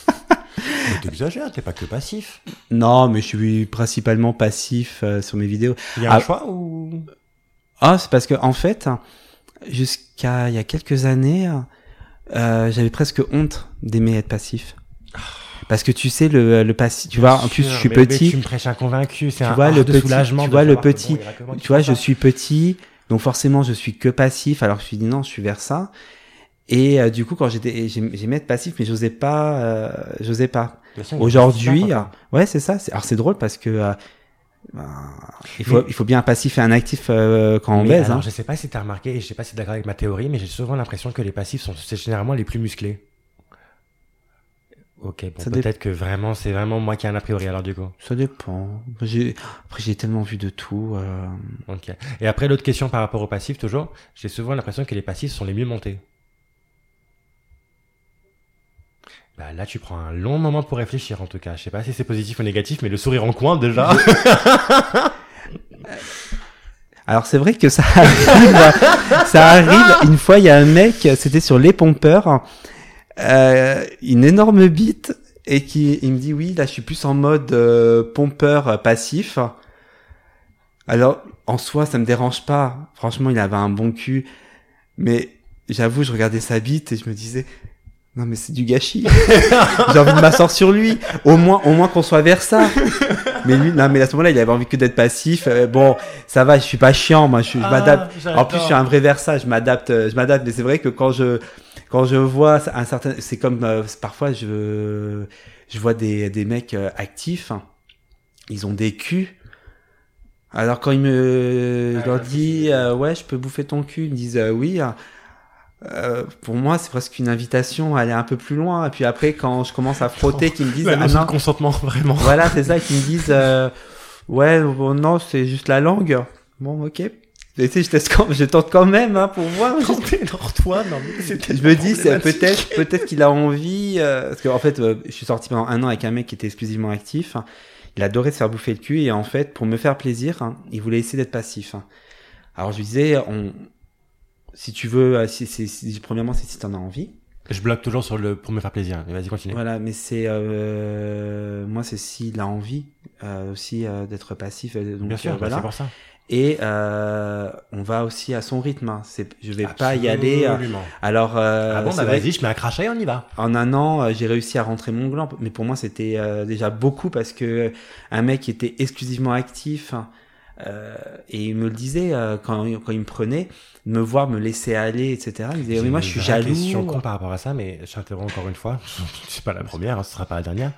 [laughs]
mais t'exagères, t'es pas que passif.
Non, mais je suis principalement passif euh, sur mes vidéos.
Il y a un
Ah.
choix ou
Ah, c'est parce que en fait, jusqu'à il y a quelques années, euh, j'avais presque honte d'aimer être passif. Parce que tu sais, le, le passif, tu vois, en plus, je suis
Mais- mais
petit.
tu me prêches un convaincu, c'est
Tu
un
vois,
art
le
de
petit-
soulagement.
tu
de
vois, le
savoir que bon,
petit-
il y en a que moi qui
Tu vois,
font
je
ça.
suis petit, donc forcément, je suis que passif, alors que je me suis dit non, je suis vers ça. Et euh, du coup, quand j'étais, et j'aim- j'aimais être passif, mais j'osais pas, euh, j'osais pas.
De toute façon, il y a
Aujourd'hui,
des
euh,
gens qui font ça,
ouais, c'est ça. C'est- Alors c'est drôle parce que euh, ben, il faut,
Mais-
il faut bien un passif et un actif euh, quand
quoi.
on
Mais
baise.
alors,
hein.
je sais pas si t'as remarqué et je sais pas si t'es d'accord avec ma théorie, mais j'ai souvent l'impression que les passifs sont c'est généralement les plus musclés. Ok, bon,
Ça
peut-être que vraiment, c'est vraiment moi qui ai un a priori alors du coup.
Ça dépend. J'ai- Après, j'ai tellement vu de tout. euh,
Ok. Et après, l'autre question par rapport aux passifs, toujours, j'ai souvent l'impression que les passifs sont les mieux montés. Bah là, tu prends un long moment pour réfléchir en tout cas. Je sais pas si c'est positif ou négatif, mais le sourire en coin déjà.
Alors c'est vrai que ça [laughs] arrive, [laughs] ça arrive. Une fois, il y a un mec, c'était sur les pompeurs, euh, une énorme bite, et qui, il me dit oui, là, je suis plus en mode euh, pompeur euh, passif. Alors en soi, ça me dérange pas. Franchement, il avait un bon cul, mais j'avoue, je regardais sa bite et je me disais. Non mais c'est du gâchis. J'ai envie de m'asseoir sur lui. Au moins, au moins qu'on soit vers ça. Mais lui, non mais à ce moment-là, il avait envie que d'être passif. Euh, bon, ça va, je suis pas chiant, moi, je, je m'adapte.
Ah,
En plus, je suis un vrai Versa, je m'adapte, euh, je m'adapte. Mais c'est vrai que quand je quand je vois un certain, c'est comme euh, c'est- parfois je je vois des des mecs euh, actifs, hein. ils ont des culs. Alors quand ils me
Ah,
je leur
oui,
dis
c'est-
euh, ouais, je peux bouffer ton cul, ils me disent euh, oui. Euh, pour moi, c'est presque une invitation à aller un peu plus loin. Et puis après, quand je commence à frotter, qu'ils me disent
La
ah
notion de
non,
consentement, vraiment.
voilà, c'est ça, qu'ils me disent euh, Ouais, bon, non, c'est juste la langue. Bon, ok. Mais tu sais, je, teste quand- je tente quand même hein, pour voir.
[laughs] toi, non mais
Je me dis, c'est peut-être peut-être qu'il a envie. euh, parce qu'en fait, euh, je suis sorti pendant un an avec un mec qui était exclusivement actif. Il adorait se faire bouffer le cul. Et en hein. fait, pour me faire plaisir, hein, il voulait essayer d'être passif. Alors je lui disais, on, si tu veux, euh, si, si- si- premièrement, c'est si t'en as envie.
Je bloque toujours sur le pour me faire plaisir. Mais Vas-y, continue.
Voilà, mais c'est euh, moi, c'est s'il a envie euh, aussi euh, d'être passif. euh, Donc,
Bien
euh,
sûr, bah,
voilà.
c'est pour ça.
Et euh, on va aussi à son rythme. Hein. C'est, je vais pas y aller. euh,
Absolument.
alors, euh,
ah bon,
c'est
bah
vrai
vas-y, je mets un crachat et on y va.
En un an, euh, j'ai réussi à rentrer mon gland, mais pour moi c'était euh, déjà beaucoup parce que euh, un mec qui était exclusivement actif euh, et il me le disait euh, quand, quand il me prenait, de me voir me laisser aller, etc. Il me disait
J'ai
mais moi
une
je suis
vraie
jaloux. euh,
question con par rapport à ça, mais je t'interromps encore une fois. [laughs] c'est pas la première, hein, ce sera pas la dernière.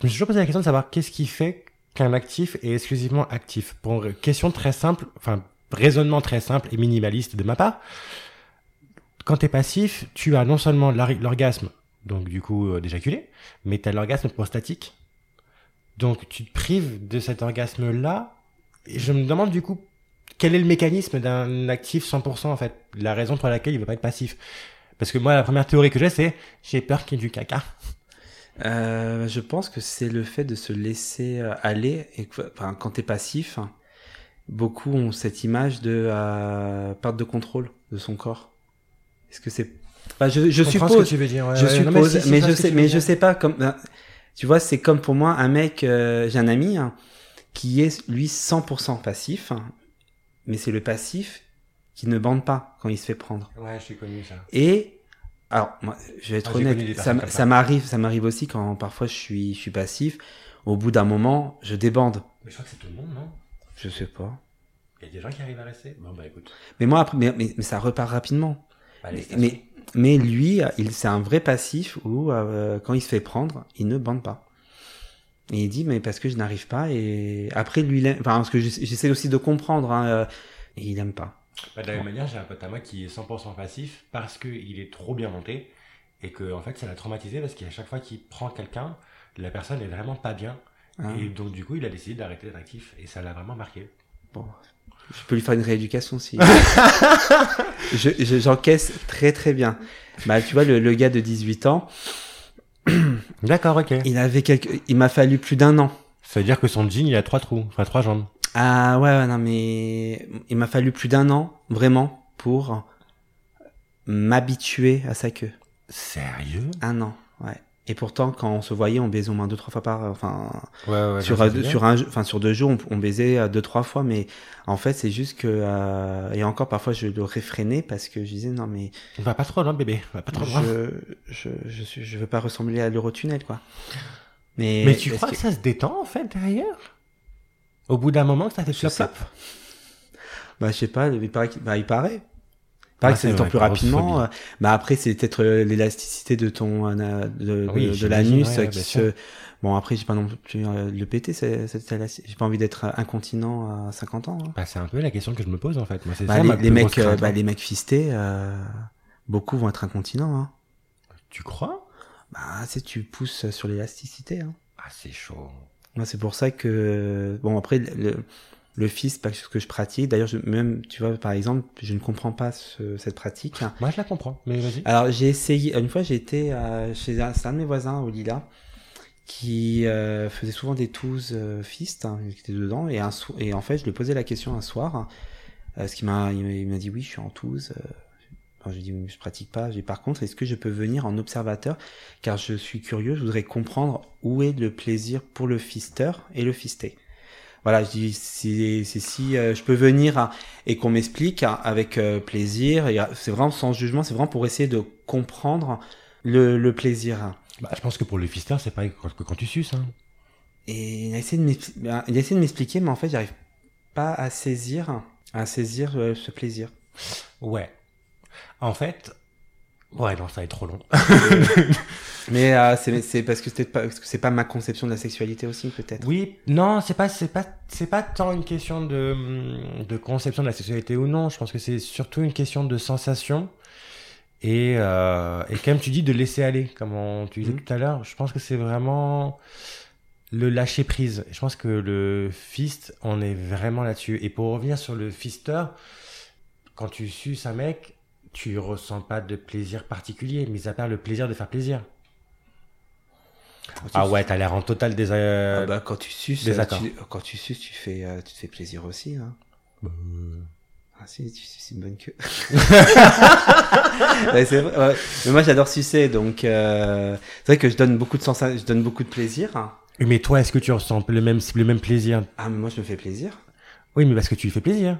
Je me suis toujours posé la question de savoir qu'est-ce qui fait qu'un actif est exclusivement actif. Pour une question très simple, enfin, raisonnement très simple et minimaliste de ma part. Quand t'es passif, tu as non seulement l'ar- l'orgasme, donc du coup euh, d'éjaculer, mais t'as l'orgasme prostatique. Donc tu te prives de cet orgasme-là. Et je me demande du coup quel est le mécanisme d'un actif 100% en fait La raison pour laquelle il veut pas être passif Parce que moi, la première théorie que j'ai, c'est j'ai peur qu'il y ait du caca.
Euh, je pense que c'est le fait de se laisser euh, aller et que, enfin, quand t'es passif, hein, beaucoup ont cette image de euh, perte de contrôle de son corps. Est-ce que c'est Enfin, je, je
comprends
suppose.
ce que tu veux dire. ouais,
Je
ouais. Non,
suppose,
si, si,
mais,
vois
je
ce que
sais,
tu
mais
veux
je
dire.
sais pas comme. ben, tu vois, c'est comme pour moi un mec, euh, j'ai un ami hein, qui est lui 100% passif, hein, mais c'est le passif qui ne bande pas quand il se fait prendre.
Ouais, je suis connu ça.
Et alors, moi, je vais être
Ah, j'ai connu des
honnête,
personnes
ça m-
comme ça.
ça m'arrive, ça m'arrive aussi quand parfois je suis, je suis passif. Au bout d'un moment, je débande.
Mais je crois que c'est tout le monde, non
Je sais pas.
Il y a des gens qui arrivent à rester Bon, bah écoute.
Mais moi après, mais- mais- mais ça repart rapidement.
Allez,
Mais- mais, mais lui, euh, il, c'est un vrai passif où, euh, quand il se fait prendre, il ne bande pas. Et il dit, mais parce que je n'arrive pas. Et après, lui, il aime- enfin, parce que j'essa- j'essaie aussi de comprendre, hein, euh, et il n'aime pas.
Bah, de la même manière, j'ai un pote à moi qui est 100% passif parce qu'il est trop bien monté et que en fait ça l'a traumatisé parce qu'à chaque fois qu'il prend quelqu'un, la personne est vraiment pas bien
hein.
et donc du coup il a décidé d'arrêter d'être actif et ça l'a vraiment marqué.
Bon, je peux lui faire une rééducation si. je, je- j'encaisse très très bien. Bah, tu vois, le, le gars de 18 ans,
D'accord, ok.
il avait quelques, il m'a fallu plus d'un an.
Ça veut dire que son jean il a trois trous, enfin trois jambes.
Ah ouais, ouais, non mais il m'a fallu plus d'un an vraiment pour m'habituer à sa queue.
Sérieux
Un an, ouais. Et pourtant, quand on se voyait, on baisait au moins deux, trois fois par. Enfin,
Ouais, ouais.
sur, euh, sur, un, enfin, sur deux jours, on, on baisait euh, deux, trois fois. Mais en fait, c'est juste que. euh, et encore, parfois, je le réfrénais parce que je disais, non, mais
On va pas trop loin, bébé. On va pas trop loin.
je, je, je, suis, je veux pas ressembler à l'Eurotunnel, quoi. Mais,
Mais tu
parce
crois que...
que-
ça se détend en fait derrière Au bout d'un moment, que ça fait
Je
flop
sais
flop.
pas. Bah, je sais pas, il paraît. qu'il- Bah, il paraît. Il paraît
Ah,
que
c'est
ça détend
vrai,
plus
grosse
rapidement.
phobie.
euh, Bah, après, c'est peut-être euh, l'élasticité de ton. euh, na- de,
Ah oui,
de- de
j'imagine,
l'anus
ouais,
euh,
ouais,
qui
bien
se. Bon, après, j'ai pas non plus euh, le péter, c'est- cette élasticité. J'ai pas envie d'être euh, incontinent à 50 ans. hein.
Bah, c'est un peu la question que je me pose en fait. Moi, c'est
Bah,
ça,
les,
ma plus
les
grosse
mecs, euh,
crainte. hein.
bah, les mecs fistés, euh, beaucoup vont être incontinents. Hein.
Tu crois
Bah, c'est tu pousses sur l'élasticité. Hein.
Ah, c'est chaud.
Moi, c'est pour ça que bon après le- le, le fils, pas ce que je pratique. D'ailleurs, je- même tu vois par exemple, je ne comprends pas ce- cette pratique.
Moi, je la comprends, mais vas-y.
Alors j'ai essayé une fois, j'ai été euh, chez un, c'est un de mes voisins au Lila qui euh, faisait souvent des tours fistes hein, qui était dedans et un sou- et en fait je lui posais la question un soir hein, euh, ce qui m'a il m'a- il m'a dit oui je suis en touze euh. Alors, je lui ai dit oui, mais je pratique pas j'ai dit, par contre est-ce que je peux venir en observateur car je suis curieux je voudrais comprendre où est le plaisir pour le fisteur et le fisté voilà je dis si si, si euh, je peux venir à- et qu'on m'explique hein, avec euh, plaisir et, euh, c'est vraiment sans jugement c'est vraiment pour essayer de comprendre le, le plaisir
Bah, je pense que pour le fister, c'est pareil que que quand tu suces. Hein.
Et il a essayé de m'expli- ben, il a essayé de m'expliquer, mais en fait, j'arrive pas à saisir, à saisir euh, ce plaisir.
Ouais. En fait. Ouais, non, ça va être trop long.
Mais euh, c'est c'est parce que c'était pas, parce que c'est pas ma conception de la sexualité aussi, peut-être.
Oui, non, c'est pas, c'est pas, c'est pas tant une question de, hum, de conception de la sexualité ou non. Je pense que c'est surtout une question de sensation et, euh, et comme tu dis, de laisser aller, comme on- tu disais
Mhm.
tout à l'heure. Je pense que c'est vraiment le lâcher prise. Je pense que le fist, on est vraiment là-dessus. Et pour revenir sur le fister, quand tu suces un mec, tu ressens pas de plaisir particulier, mis à part le plaisir de faire plaisir. Ah ouais, t'as l'air en total des
Ah bah, quand tu suces, euh,
désaccord. Mmh.
tu- quand tu suces, tu fais, euh, tu te fais plaisir aussi. hein. Ah si, tu suces une bonne queue. [laughs] Ouais, c'est vrai, ouais. Mais moi j'adore sucer, donc euh, c'est vrai que je donne beaucoup de sensa- je donne beaucoup de plaisir. hein.
Mais toi, est-ce que tu ressens le même, le même plaisir
Ah mais moi je me fais plaisir.
Oui, mais parce que tu lui fais plaisir.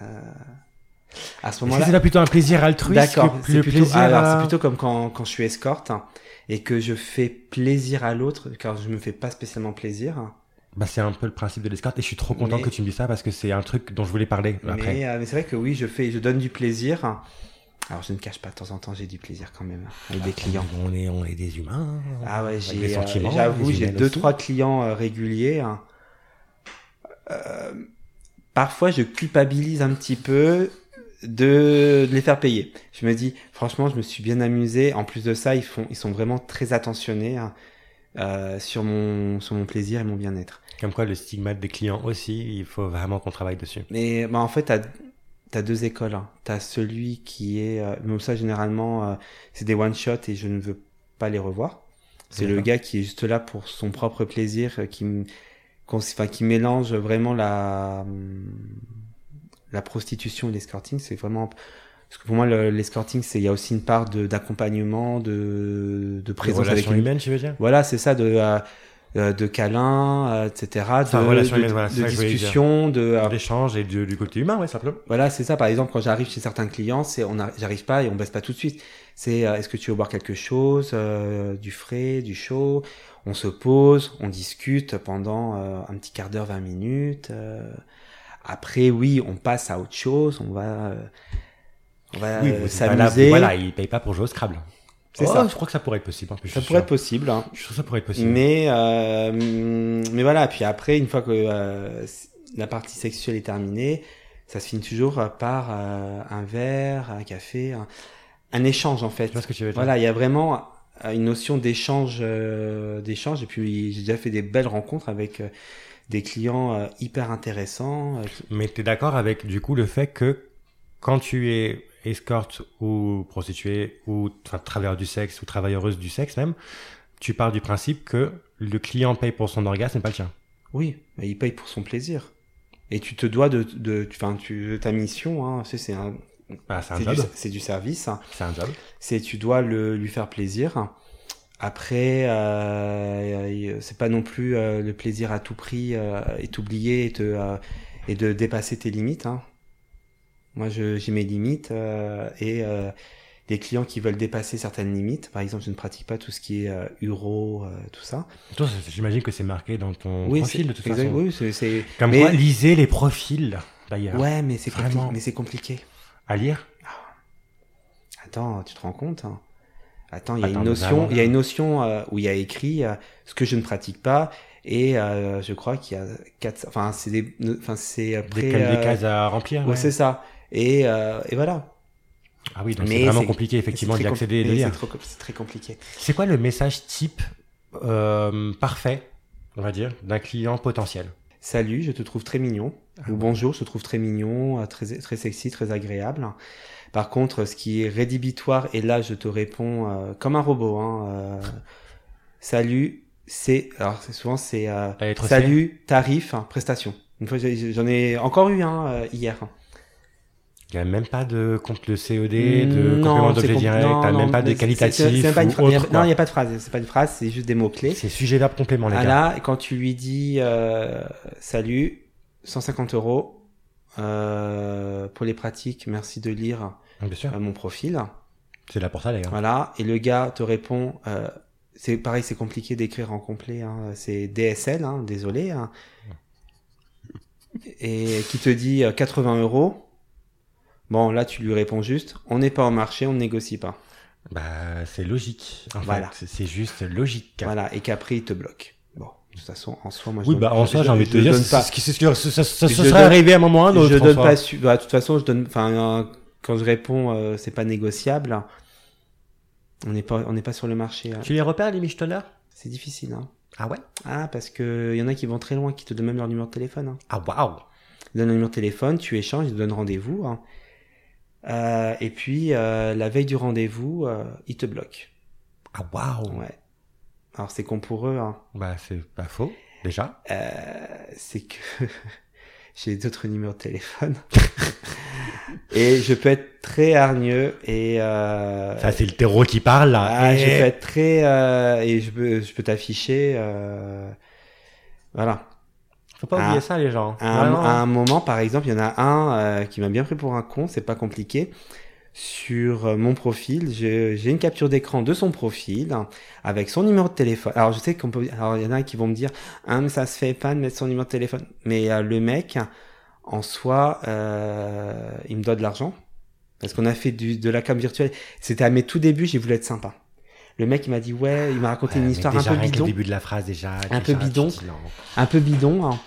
À ce
Est-ce que
moment-là,
c'est là plutôt un plaisir altruiste
D'accord,
que
c'est
le
plutôt, ah,
plaisir
alors,
à-
c'est plutôt comme quand, quand je suis escorte hein, et que je fais plaisir à l'autre, car je me fais pas spécialement plaisir. hein.
Bah, c'est un peu le principe de l'escorte et je suis trop content
Mais-
que tu me dises ça parce que c'est un truc dont je voulais parler après.
Mais, euh, mais c'est vrai que oui, je, fais, je donne du plaisir. Alors je ne cache pas, de temps en temps j'ai du plaisir quand même hein, avec des clients.
On est, on est des humains.
Ah ouais,
Avec
j'ai,
les
euh,
sentiments,
j'avoue,
les
j'ai
emails
deux
aussi.
trois clients euh, réguliers. hein. Euh, parfois, je culpabilise un petit peu de, de les faire payer. Je me dis, franchement, je me suis bien amusé. En plus de ça, ils font, ils sont vraiment très attentionnés hein, euh, sur mon sur mon plaisir et mon bien-être.
Comme quoi, le stigmate des clients aussi, il faut vraiment qu'on travaille dessus.
Mais bah, en fait, t'as as deux écoles. Hein. T'as celui qui est, euh, mais ça généralement, euh, c'est des one shot et je ne veux pas les revoir. C'est le
D'accord.
gars qui est juste là pour son propre plaisir, euh, qui, m- qu'on s- enfin, qui mélange vraiment la, hum, la prostitution et l'escorting. C'est vraiment. Parce que pour moi, le- l'escorting, c'est il y a aussi une part de- d'accompagnement, de, de
Les
présence avec
relations
une-
humaines, tu veux dire
Voilà, c'est ça, de, euh, euh, de câlin, euh, etc. De,
Enfin, relation
de,
humaine, voilà, c'est
de
ça que je voulais dire.
discussion, de. euh,
L'échange et du, du côté humain, ouais, simplement.
voilà, c'est ça. Par exemple, quand j'arrive chez certains clients, c'est on a- j'arrive pas et on baisse pas tout de suite. C'est euh, est-ce que tu veux boire quelque chose, euh, du frais, du chaud. On se pose, on discute pendant euh, un petit quart d'heure, 20 minutes. euh. après, oui, on passe à autre chose. On va, euh, on va
oui,
euh,
vous êtes pas là pour-
s'amuser.
Voilà, il paye pas pour jouer au Scrabble.
C'est
Oh,
ça.
Je crois que ça pourrait être possible. en plus, je
Ça
suis
pourrait
sûr.
être possible. hein.
Je suis sûr que ça pourrait être possible.
Mais, euh, mais voilà, puis après, une fois que euh, la partie sexuelle est terminée, ça se finit toujours par euh, un verre, un café, un, un échange en fait.
Tu vois ce que tu veux dire
Voilà, il y a vraiment euh, une notion d'échange, euh, d'échange. Et puis j'ai déjà fait des belles rencontres avec euh, des clients euh, hyper intéressants. euh, qui-
Mais tu es d'accord avec du coup le fait que quand tu es escorte ou prostituée ou enfin, travailleur du sexe ou travailleuse du sexe même, tu pars du principe que le client paye pour son orgasme et pas le tien.
Oui, mais il paye pour son plaisir. Et tu te dois de, de, tu- enfin, tu, ta mission, hein, c'est c'est un,
Bah, c'est un
c'est
job.
du, c'est du service. hein.
C'est un job.
c'est tu dois le, lui faire plaisir. Après, euh, c'est pas non plus euh, le plaisir à tout prix euh, et t'oublier et, te, euh, et de dépasser tes limites. hein. Moi, je- j'ai mes limites euh, et euh, des clients qui veulent dépasser certaines limites. Par exemple, je ne pratique pas tout ce qui est euh, uro, euh, tout ça.
Toi, ça- j'imagine que c'est marqué dans ton profil
c'est-
de toute
exact-
façon.
oui, c'est- c'est.
Comme
Mais-
quoi, lisez les profils d'ailleurs.
Ouais, mais c'est compli-
Vraiment.
mais c'est compliqué.
À lire.
Attends, tu te rends compte hein Attends, il y a
Attends,
une
mais
notion,
vraiment, hein.
il y a
là.
une notion euh, où il y a écrit euh, ce que je ne pratique pas et euh, je crois qu'il y a quatre, enfin c'est des, enfin c'est euh,
Des,
pré-
ca- des
euh,
cases à remplir.
ouais,
ouais.
c'est ça. Et, euh, et voilà.
Ah oui, donc
Mais
c'est vraiment
c'est-
compliqué effectivement
C'est
d'y
très
accéder et
compli-
de
mais
lire.
C'est trop com- c'est très compliqué.
C'est quoi le message type euh, parfait, on va dire, d'un client potentiel
Salut, je te trouve très mignon.
Ah
Ou bonjour, je te trouve très mignon, euh, très, très sexy, très agréable. Par contre, ce qui est rédhibitoire, et là je te réponds euh, comme un robot.
[laughs]
hein, euh, salut, c'est. Alors c'est souvent c'est. euh,
La lettre C.
salut, tarif, hein, prestation. Une fois j'ai- j'en ai encore eu hein, euh, hier.
Il n'y a même pas de compte le COD, de
Mm, Non,
complément
c'est
d'objet
compl-
direct,
non,
t'as
non,
même pas
mais
de
c'est- c'est-
qualitatif
c'est pas une
ou
fra- il y a-
autre.
Non,
quoi.
il n'y a pas de phrase. C'est pas une phrase, c'est juste des mots clés.
C'est sujet verbe complément, les
Ah
gars.
là, quand tu lui dis euh, salut, 150 euros euh, pour les pratiques, merci de lire
Bien sûr,
euh, mon profil.
c'est là pour ça, les gars.
Voilà, et le gars te répond, euh, c'est pareil, c'est compliqué d'écrire en complet, hein, c'est DSL, hein, désolé, hein. et qui te dit euh, 80 euros. Bon, là, tu lui réponds juste, on n'est pas au marché, on ne négocie pas.
Bah, c'est logique. En
Voilà.
fait, c'est juste logique.
Voilà, et qu'après, il te bloque. Bon, de toute façon, en soi, moi, je
Oui,
donne-
bah, en
je-
soi,
je-
j'ai envie de
je
te dire,
donne
c'est
pas-
ce qui- c'est ce qui- ça- ça- ça
Je
serait
donne-
arrivé à un moment ou à un autre.
je
en
donne
soi.
pas su- bah, de toute façon je donne enfin euh, quand je réponds euh, c'est pas négociable on n'est pas on n'est pas sur le marché hein.
Tu les repères, les michetonneurs
c'est difficile hein.
Ah ouais
ah parce que y en a qui vont très loin qui te donnent même leur numéro de téléphone hein.
Ah waouh
ils donnent leur numéro de téléphone tu échanges ils te donnent rendez-vous hein. Euh, et puis euh, la veille du rendez-vous euh, ils te bloquent
Ah waouh
ouais alors c'est con pour eux hein.
Bah, c'est pas faux, déjà.
Euh, c'est que [laughs] j'ai d'autres numéros de téléphone. [laughs] et je peux être très hargneux et euh,
Ça, c'est le terreau qui parle, là.
ah, je
Eh.
peux être très euh, et je peux je peux t'afficher euh, voilà.
Faut pas
Ah.
oublier ça, les gens.
À un,
Vraiment.
à un moment, par exemple, il y en a un euh, qui m'a bien pris pour un con, c'est pas compliqué. Sur euh, mon profil, je- j'ai une capture d'écran de son profil avec son numéro de téléphone. Alors, je sais qu'on peut. Alors, il y en a qui vont me dire Ah, mais ça se fait pas de mettre son numéro de téléphone. Mais euh, le mec, en soi, euh, il me doit de l'argent. Parce qu'on a fait du, de la cam virtuelle. C'était à mes tout débuts, j'ai voulu être sympa. Le mec, il m'a dit Ouais, il m'a
Ouais,
raconté une
Euh, mais
histoire
déjà,
un peu
rien que
bidon
le début de la phrase, déjà.
Un peu
déjà, tu
bidon.
te dis, non.
un peu bidon. hein.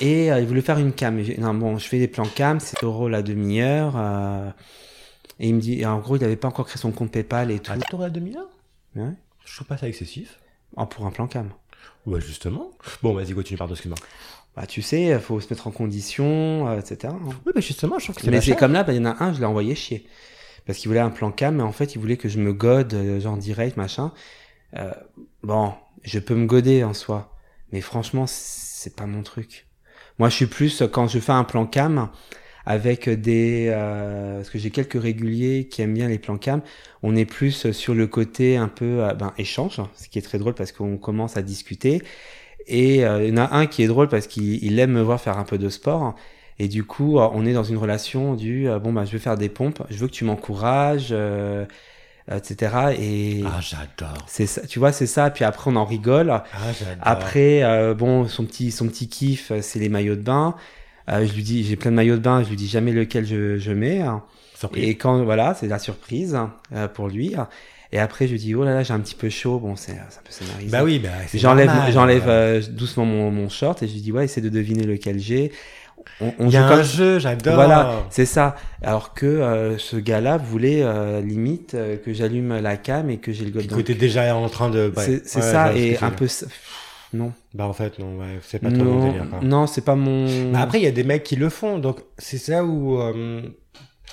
Et euh, il voulait faire une cam. Et j'ai- Non, bon, je fais des plans cam, c'est euros la demi-heure. euh, et il me dit, et en gros, il n'avait pas encore créé son compte PayPal et tout.
Ah, t'aurais la demi-heure
Ouais.
Je trouve pas ça excessif.
Oh, pour un plan cam.
Ouais, justement. Bon, vas-y, continue, pardon, excuse-moi.
Bah, tu sais, il faut se mettre en condition, euh, etc. hein.
Oui, mais justement, je trouve que c'est
Mais
pas
c'est
cher.
comme là, bah, il y en a un, je l'ai envoyé chier. Parce qu'il voulait un plan cam, mais en fait, il voulait que je me gode, euh, genre direct, machin. Euh, bon, je peux me goder en soi. Mais franchement, c'est pas mon truc. Moi, je suis plus, euh, quand je fais un plan cam, avec des... euh, parce que j'ai quelques réguliers qui aiment bien les plans cam, on est plus sur le côté un peu euh, ben, échange, ce qui est très drôle parce qu'on commence à discuter. Et euh, il y en a un qui est drôle parce qu'il il aime me voir faire un peu de sport. Et du coup, euh, on est dans une relation du euh, bon, bah, je vais faire des pompes, je veux que tu m'encourages, euh, etc. Et
Ah, j'adore.
c'est ça, tu vois, c'est ça. Puis après, on en rigole.
Ah, j'adore.
Après, euh, bon, son petit, son petit kiff, euh, c'est les maillots de bain. Euh, je lui dis, j'ai plein de maillots de bain, je lui dis jamais lequel je, je mets.
Surprise.
Et quand, voilà, c'est la surprise euh, pour lui. Et après, je lui dis, oh là là, j'ai un petit peu chaud. Bon, c'est c'est un peu scénarisé.
Bah oui, bah, c'est
J'enlève,
normal.
j'enlève euh, doucement mon, mon short et je lui dis, ouais, essaie de deviner lequel j'ai. On, on
Il y
joue
a
comme
un jeu, j'adore.
Voilà, c'est ça. Alors que euh, ce gars-là voulait euh, limite euh, que j'allume la cam et que j'ai le
Puis
gold.
que t'es déjà en train de. ouais.
c'est c'est
Ouais, je vois
ça
ce que
et
tu veux
un
dire.
peu ça- pff, non.
Bah, en fait, non, ouais, c'est pas trop mon
Non,
délire. quoi.
non, c'est pas mon.
Bah, après, il y a des mecs qui le font, donc c'est ça où euh,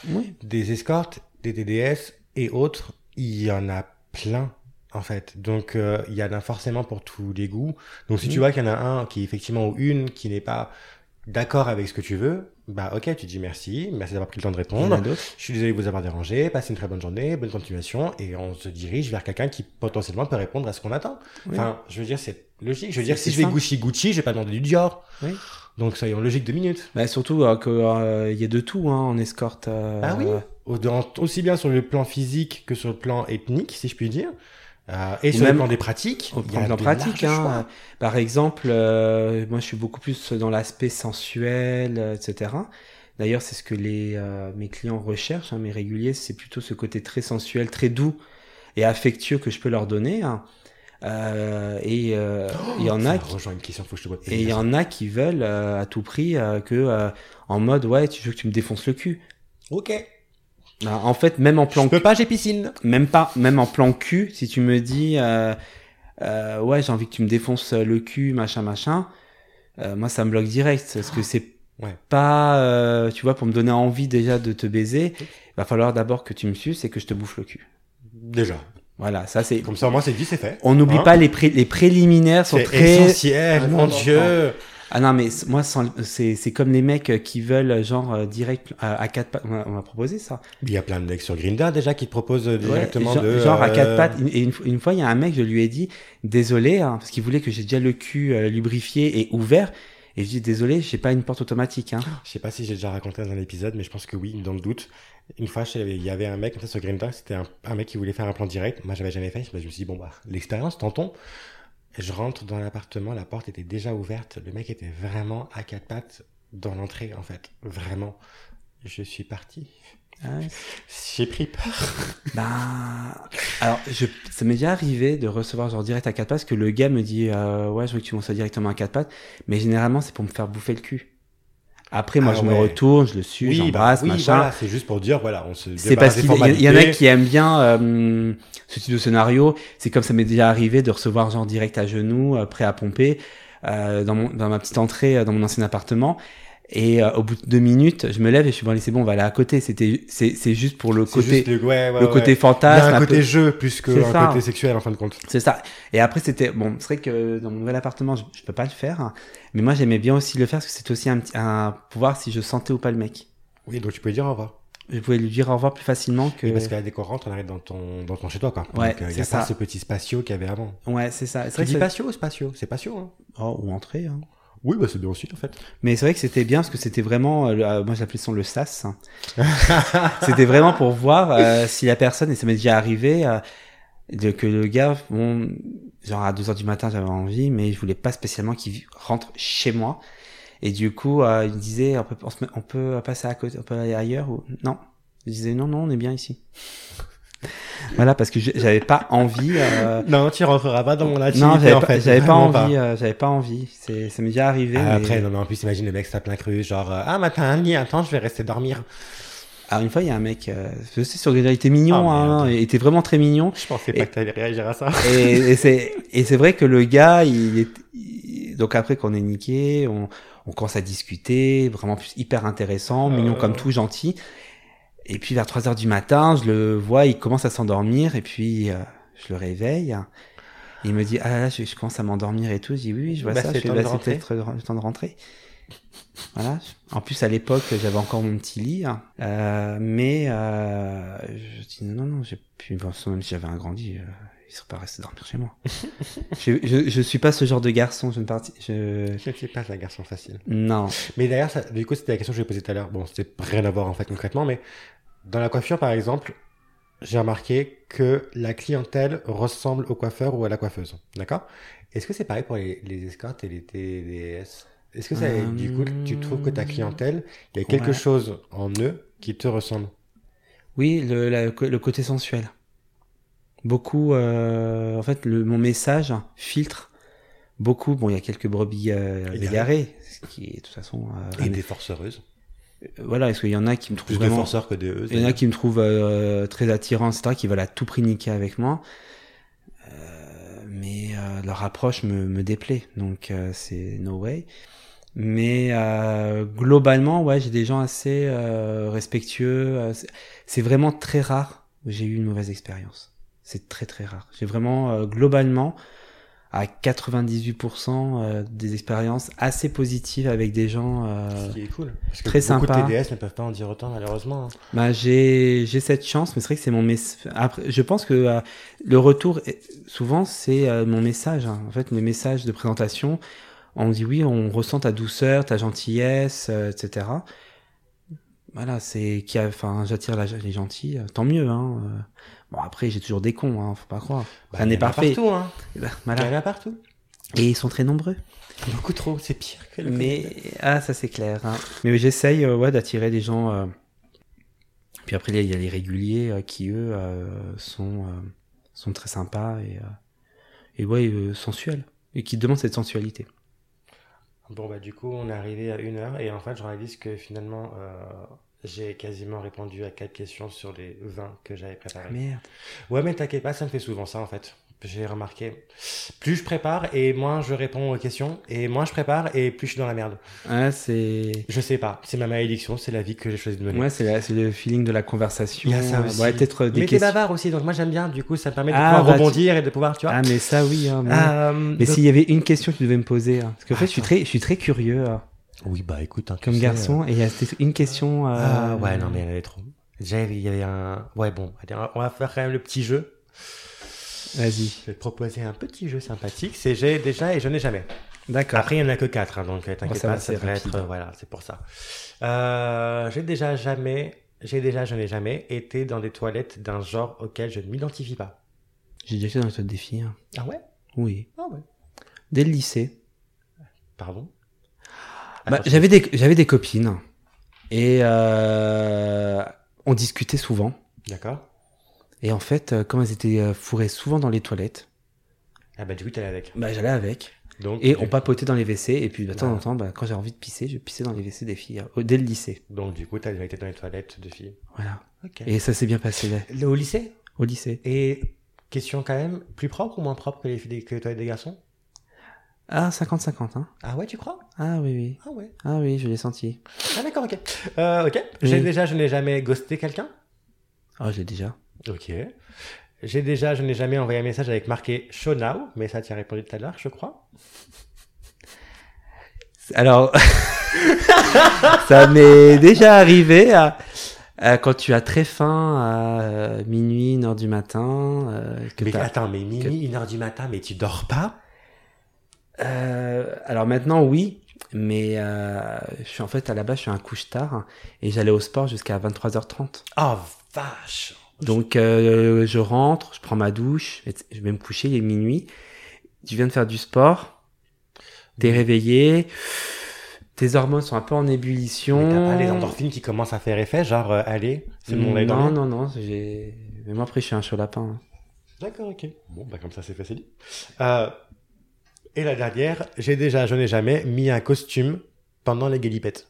oui.
des escortes, des DDS et autres, il y en a plein. En fait, donc euh, il y en a forcément pour tous les goûts. Donc si tu
Mhm.
vois qu'il y en a un qui effectivement ou une qui n'est pas d'accord avec ce que tu veux, bah ok, tu dis merci, merci d'avoir pris le temps de
Il y en a
répondre.
d'autres.
Je suis désolé de vous avoir dérangé, passez une très bonne journée, bonne continuation, et on se dirige vers quelqu'un qui potentiellement peut répondre à ce qu'on attend.
Oui.
Enfin, je veux dire, c'est logique. Je veux dire,
C'est
si je vais
simple.
Gucci Gucci, je vais pas demander du Dior.
Oui.
Donc soyons logiques deux minutes.
Bah, surtout euh, que euh, il y a de tout hein, en escorte. euh,
Ah oui. Au- dans- Aussi bien sur le plan physique que sur le plan ethnique, si je puis dire. Euh, et
Ou
sur
même
le plan des pratiques.
Au
il y a
plan
de
pratique,
larges
hein.
choix.
par exemple, euh, moi je suis beaucoup plus dans l'aspect sensuel, euh, etc. D'ailleurs, c'est ce que les, euh, mes clients recherchent, hein, mes réguliers, c'est plutôt ce côté très sensuel, très doux et affectueux que je peux leur donner. hein. Euh, et euh, [gasps] il y en
Ça
a qui,
rejoint une question, faut que je te vois.
et il y en a qui veulent euh, à tout prix euh, que euh, en mode ouais, tu veux que tu me défonces le cul.
Ok.
Bah, en fait, même en plan
Je peux pas, j'ai piscine.
même pas, même en plan cul, si tu me dis, euh, euh, ouais, j'ai envie que tu me défonces le cul, machin, machin, euh, moi ça me bloque direct, parce que c'est
Ah, Ouais.
pas, euh, tu vois, pour me donner envie déjà de te baiser, il va falloir d'abord que tu me suces et que je te bouffe le cul.
Déjà.
Voilà, ça c'est.
Comme ça, moi, c'est dit, c'est fait.
On n'oublie
Hein
pas les, pré- les préliminaires sont
C'est
très.
essentiel,
Ah,
mon
non,
Dieu.
Ah non, mais c- moi, sans- c'est c'est comme les mecs qui veulent, genre, euh, direct à, à quatre pattes. On m'a- On m'a proposé ça.
Il y a plein de mecs sur Grinda déjà qui te proposent euh,
Ouais,
directement
genre,
de.
genre à
euh,
quatre pattes. Et une, une fois, il y a un mec, je lui ai dit désolé, hein, parce qu'il voulait que j'ai déjà le cul euh, lubrifié et ouvert. Et je dis désolé, j'ai pas une porte automatique. Hein.
Je sais pas si j'ai déjà raconté dans un épisode, mais je pense que oui, dans le doute. Une fois, je- il y avait un mec comme ça sur Grinda, c'était un, un mec qui voulait faire un plan direct. Moi, j'avais jamais fait. Je me suis dit, bon, bah, l'expérience, tentons. Je rentre dans l'appartement, la porte était déjà ouverte. Le mec était vraiment à quatre pattes dans l'entrée, en fait. Vraiment. Je suis parti.
Ah
[laughs]
Ouais.
J'ai pris peur.
bah, alors je, ça m'est déjà arrivé de recevoir genre direct à quatre pattes, parce que le gars me dit euh, ouais, je veux que tu m'en sois directement à quatre pattes, mais généralement c'est pour me faire bouffer le cul. Après, moi,
Ah
je me
ouais.
retourne, je le suis,
bah,
j'embrasse,
oui,
machin.
voilà, c'est juste pour dire, voilà, on se
C'est parce
débarrasse des
qu'il y- y, en a
formalités.
qui aiment bien euh, ce type de scénario. C'est comme ça m'est déjà arrivé de recevoir genre direct à genoux, euh, prêt à pomper, euh, dans, mon, dans ma petite entrée euh, dans mon ancien appartement. Et euh, au bout de deux minutes, je me lève et je suis bon, allez, c'est bon, on va aller à côté. C'était, c'est, c'est juste pour le
C'est
côté,
juste le, ouais, ouais,
le
ouais.
côté
Il y
fantasme.
a un
peu-
côté jeu plus
C'est
qu'un
ça.
côté sexuel en fin de compte.
C'est ça. Et après, c'était bon. C'est vrai que dans mon nouvel appartement, je, je peux pas le faire, hein. mais moi, j'aimais bien aussi le faire parce que c'était aussi un, petit- un pour voir si je sentais ou pas le mec.
Oui, donc tu peux dire au revoir.
Je pouvais lui dire au revoir plus facilement que.
Oui, parce que la déco rentre, on arrive dans ton, dans ton chez toi, quoi.
Ouais,
Donc, euh, il y
c'est
a pas
ça.
ce petit spatio qu'il y avait avant.
Ouais, c'est ça. C'est
Tu
vrai que
dis
c'est-
patio ou spatio C'est patio, hein
Oh, ou entrer. Hein.
Oui, bah c'est bien aussi, en fait.
Mais c'est vrai que c'était bien parce que c'était vraiment, euh, le- euh, moi j'appelais ça le sas. hein. [laughs] c'était vraiment pour voir euh, si la personne, et ça m'est déjà arrivé, euh, de, que le gars, bon, genre à 2h du matin j'avais envie, mais je voulais pas spécialement qu'il rentre chez moi. Et du coup, euh, il me disait, on peut, on, se met- on peut passer à côté, on peut aller ailleurs ou non. Je disais, non, non, on est bien ici. [laughs] voilà, parce que je- j'avais pas envie. euh,
Non, Ah, tu rentreras pas dans mon activité,
non, j'avais
en
pas,
fait.
j'avais pas
Vraiment
envie. euh, j'avais pas envie. C'est, ça m'est déjà arrivé.
Ah,
mais-
Après, non, mais en plus, imagine le mec se tape plein cru, genre, euh, ah, mais t'as un lit, attends, je vais rester dormir.
Alors une fois, il y a un mec, euh, je sais sur il était mignon,
Ah,
hein,
merde.
il était vraiment très mignon.
Je pensais
Et-
pas que t'allais réagir
[laughs]
à ça. [laughs]
Et, et c'est et c'est vrai que le gars, il est il- donc après qu'on est niqué, on, on commence à discuter, vraiment plus- hyper intéressant,
Ah,
mignon
ouais,
comme
ouais.
tout, gentil. Et puis vers 3 heures du matin, je le vois, il commence à s'endormir et puis euh, je le réveille. Il me dit ah là, là, je, je commence à m'endormir et tout. Je dis oui, oui je vois
Bah,
ça.
c'est le
Je fais,
temps
bah,
de
c'est
rentrer.
peut-être le le temps de rentrer. Voilà. En plus, à l'époque, j'avais encore mon petit lit. hein. Euh, mais euh, je dis non, non, j'ai plus. bon, même si j'avais un grand lit, euh, il serait pas resté dormir
[laughs]
chez moi. je, je, je suis pas ce genre de garçon. Je ne parti. Je...
Je ne suis pas un garçon facile.
Non.
Mais d'ailleurs, ça- du coup, c'était la question que je vais poser tout à l'heure. Bon, c'est rien à voir, en fait, concrètement, mais dans la coiffure, par exemple, j'ai remarqué que la clientèle ressemble au coiffeur ou à la coiffeuse. D'accord Est-ce que c'est pareil pour les, les escortes et les TDS Est-ce que ça,
Euh,
du coup, tu trouves que ta clientèle, il y a quelque
ouais.
chose en eux qui te ressemble
Oui, le, la- le côté sensuel. Beaucoup, euh, en fait, le, mon message filtre beaucoup. Bon, il y a quelques brebis euh,
Égarées.
égarées, ce qui est de toute façon. euh, un-
forcereuses.
Voilà, parce qu'il y en a qui me trouvent
Plus de
vraiment.
forceurs que E de eux.
Il y en a qui me trouvent euh, très attirant, etc., qui veulent à tout prix niquer avec moi. Euh, mais euh, leur approche me, me déplaît, donc euh, c'est no way. Mais euh, globalement, ouais, j'ai des gens assez euh, respectueux. euh, c'est- C'est vraiment très rare où j'ai eu une mauvaise expérience. C'est très très rare. J'ai vraiment, euh, globalement, à 98% euh, des expériences assez positives avec des gens euh,
Ce qui est cool. Parce que
Très
beaucoup
sympa.
de TDS ne peuvent pas en dire autant, malheureusement. hein.
Bah, j'ai j'ai cette chance, mais c'est vrai que c'est mon message. Après, je pense que euh, le retour, est- souvent, c'est euh, mon message. hein. En fait, mes messages de présentation, on me dit oui, on ressent ta douceur, ta gentillesse, euh, etc. Voilà, c'est qui a, enfin, j'attire la- les gentils, euh, tant mieux. Hein. Euh, Bon, après, j'ai toujours des cons, hein, faut pas croire. Ça
Bah, il
n'est
y en a
parfait.
Partout, hein. Il y
Voilà.
en a partout.
Et ils sont très nombreux.
Beaucoup trop. C'est pire que le
Mais ah, ça c'est clair. hein. Mais j'essaye euh, ouais, d'attirer des gens. euh. Puis après, il y a les réguliers euh, qui, eux, euh, sont, euh, sont très sympas et, euh, et ouais, euh, sensuels. Et qui demandent cette sensualité.
Bon, bah, du coup, on est arrivé à une heure et en fait, je réalise que finalement, euh, j'ai quasiment répondu à quatre questions sur les 20 que j'avais préparées.
Merde.
Ouais, mais t'inquiète pas, ça me fait souvent ça en fait. J'ai remarqué. Plus je prépare et moins je réponds aux questions et moins je prépare et plus je suis dans la merde.
Ah, c'est.
Je sais pas, c'est ma malédiction, c'est la vie que j'ai choisi de mener.
Ouais, c'est la- c'est le feeling de la conversation.
Il y a ça aussi.
Ouais, peut-être euh, des
mais t'es
questions.
bavard aussi, donc moi j'aime bien, du coup ça me permet de
Ah,
pouvoir
bah, tu-
rebondir et de pouvoir, tu vois.
Ah, mais ça, oui. hein, mais-
Euh,
Mais
donc-
s'il y avait une question que tu devais me poser, hein. parce qu'en fait, je suis,
Attends.
très, je suis très curieux hein,
Oui, bah écoute, hein, tu
comme
sais, euh,
garçon, et il y a cette- une question. euh,
Ah ouais, non, mais il y en avait trop. Déjà, il y avait un. Ouais, bon, allez, on va faire quand même le petit jeu.
Vas-y.
Je vais te proposer un petit jeu sympathique. C'est j'ai déjà et je n'ai jamais.
D'accord.
Après, il n'y en a que 4, donc euh,
Oh,
t'inquiète
ça va,
pas, ça
c'est
devrait
rapide.
être. euh, voilà, c'est pour ça. Euh, j'ai déjà jamais. J'ai déjà, je n'ai jamais été dans des toilettes d'un genre auquel je ne m'identifie pas.
J'ai déjà été dans les toilettes des filles. hein.
Ah ouais
Oui.
Ah ouais.
Dès le lycée.
Pardon
Bah,
Attends,
j'avais des, j'avais des copines. Et euh, on discutait souvent.
D'accord.
Et en fait, euh, comme elles étaient euh, fourrées souvent dans les toilettes,
Ah bah, du coup, t'es allé avec.
bah, j'allais avec.
Donc,
Et
du...
on papotait dans les WC. Et puis, bah, de temps en
Voilà.
temps, bah, quand j'ai envie de pisser, je pissais dans les WC des filles. euh, dès le lycée.
donc, du coup, t'as déjà été dans les toilettes de filles.
Voilà.
Ok.
Et ça s'est bien passé là,
Le- Au lycée
au lycée.
Et question quand même, plus propre ou moins propre que les, filles- que les toilettes des garçons
Ah, 50-50, hein.
Ah ouais, tu crois
Ah oui, oui.
Ah ouais.
Ah oui, je l'ai senti.
Ah d'accord, ok. Euh, ok. J'ai
Oui.
déjà, je n'ai jamais ghosté quelqu'un.
Ah, je l'ai déjà.
Ok. J'ai déjà, je n'ai jamais envoyé un message avec marqué show now, mais ça t'y as répondu tout à l'heure, je crois.
Alors, [laughs] ça m'est déjà arrivé à, à quand tu as très faim à euh, minuit, une heure du matin. euh, que
mais
t'as-
attends, mais minuit, une heure du matin, mais tu dors pas
Euh, alors maintenant, oui, mais euh, je suis en fait à la base, je suis un couche-tard hein, et j'allais au sport jusqu'à 23h30.
Oh vache.
Donc euh, je rentre, je prends ma douche, et je vais me coucher, il est minuit. Tu viens de faire du sport, t'es réveillé, tes hormones sont un peu en
Mais
ébullition.
t'as pas les endorphines qui commencent à faire effet, genre euh, allez, c'est bon, on est
Non,
dans.
non, non, j'ai. Mais moi après, je suis un chaud lapin. hein.
D'accord, ok. Bon, bah comme ça, c'est facile. Euh, et la dernière, j'ai déjà, je n'ai jamais mis un costume pendant les guélipettes.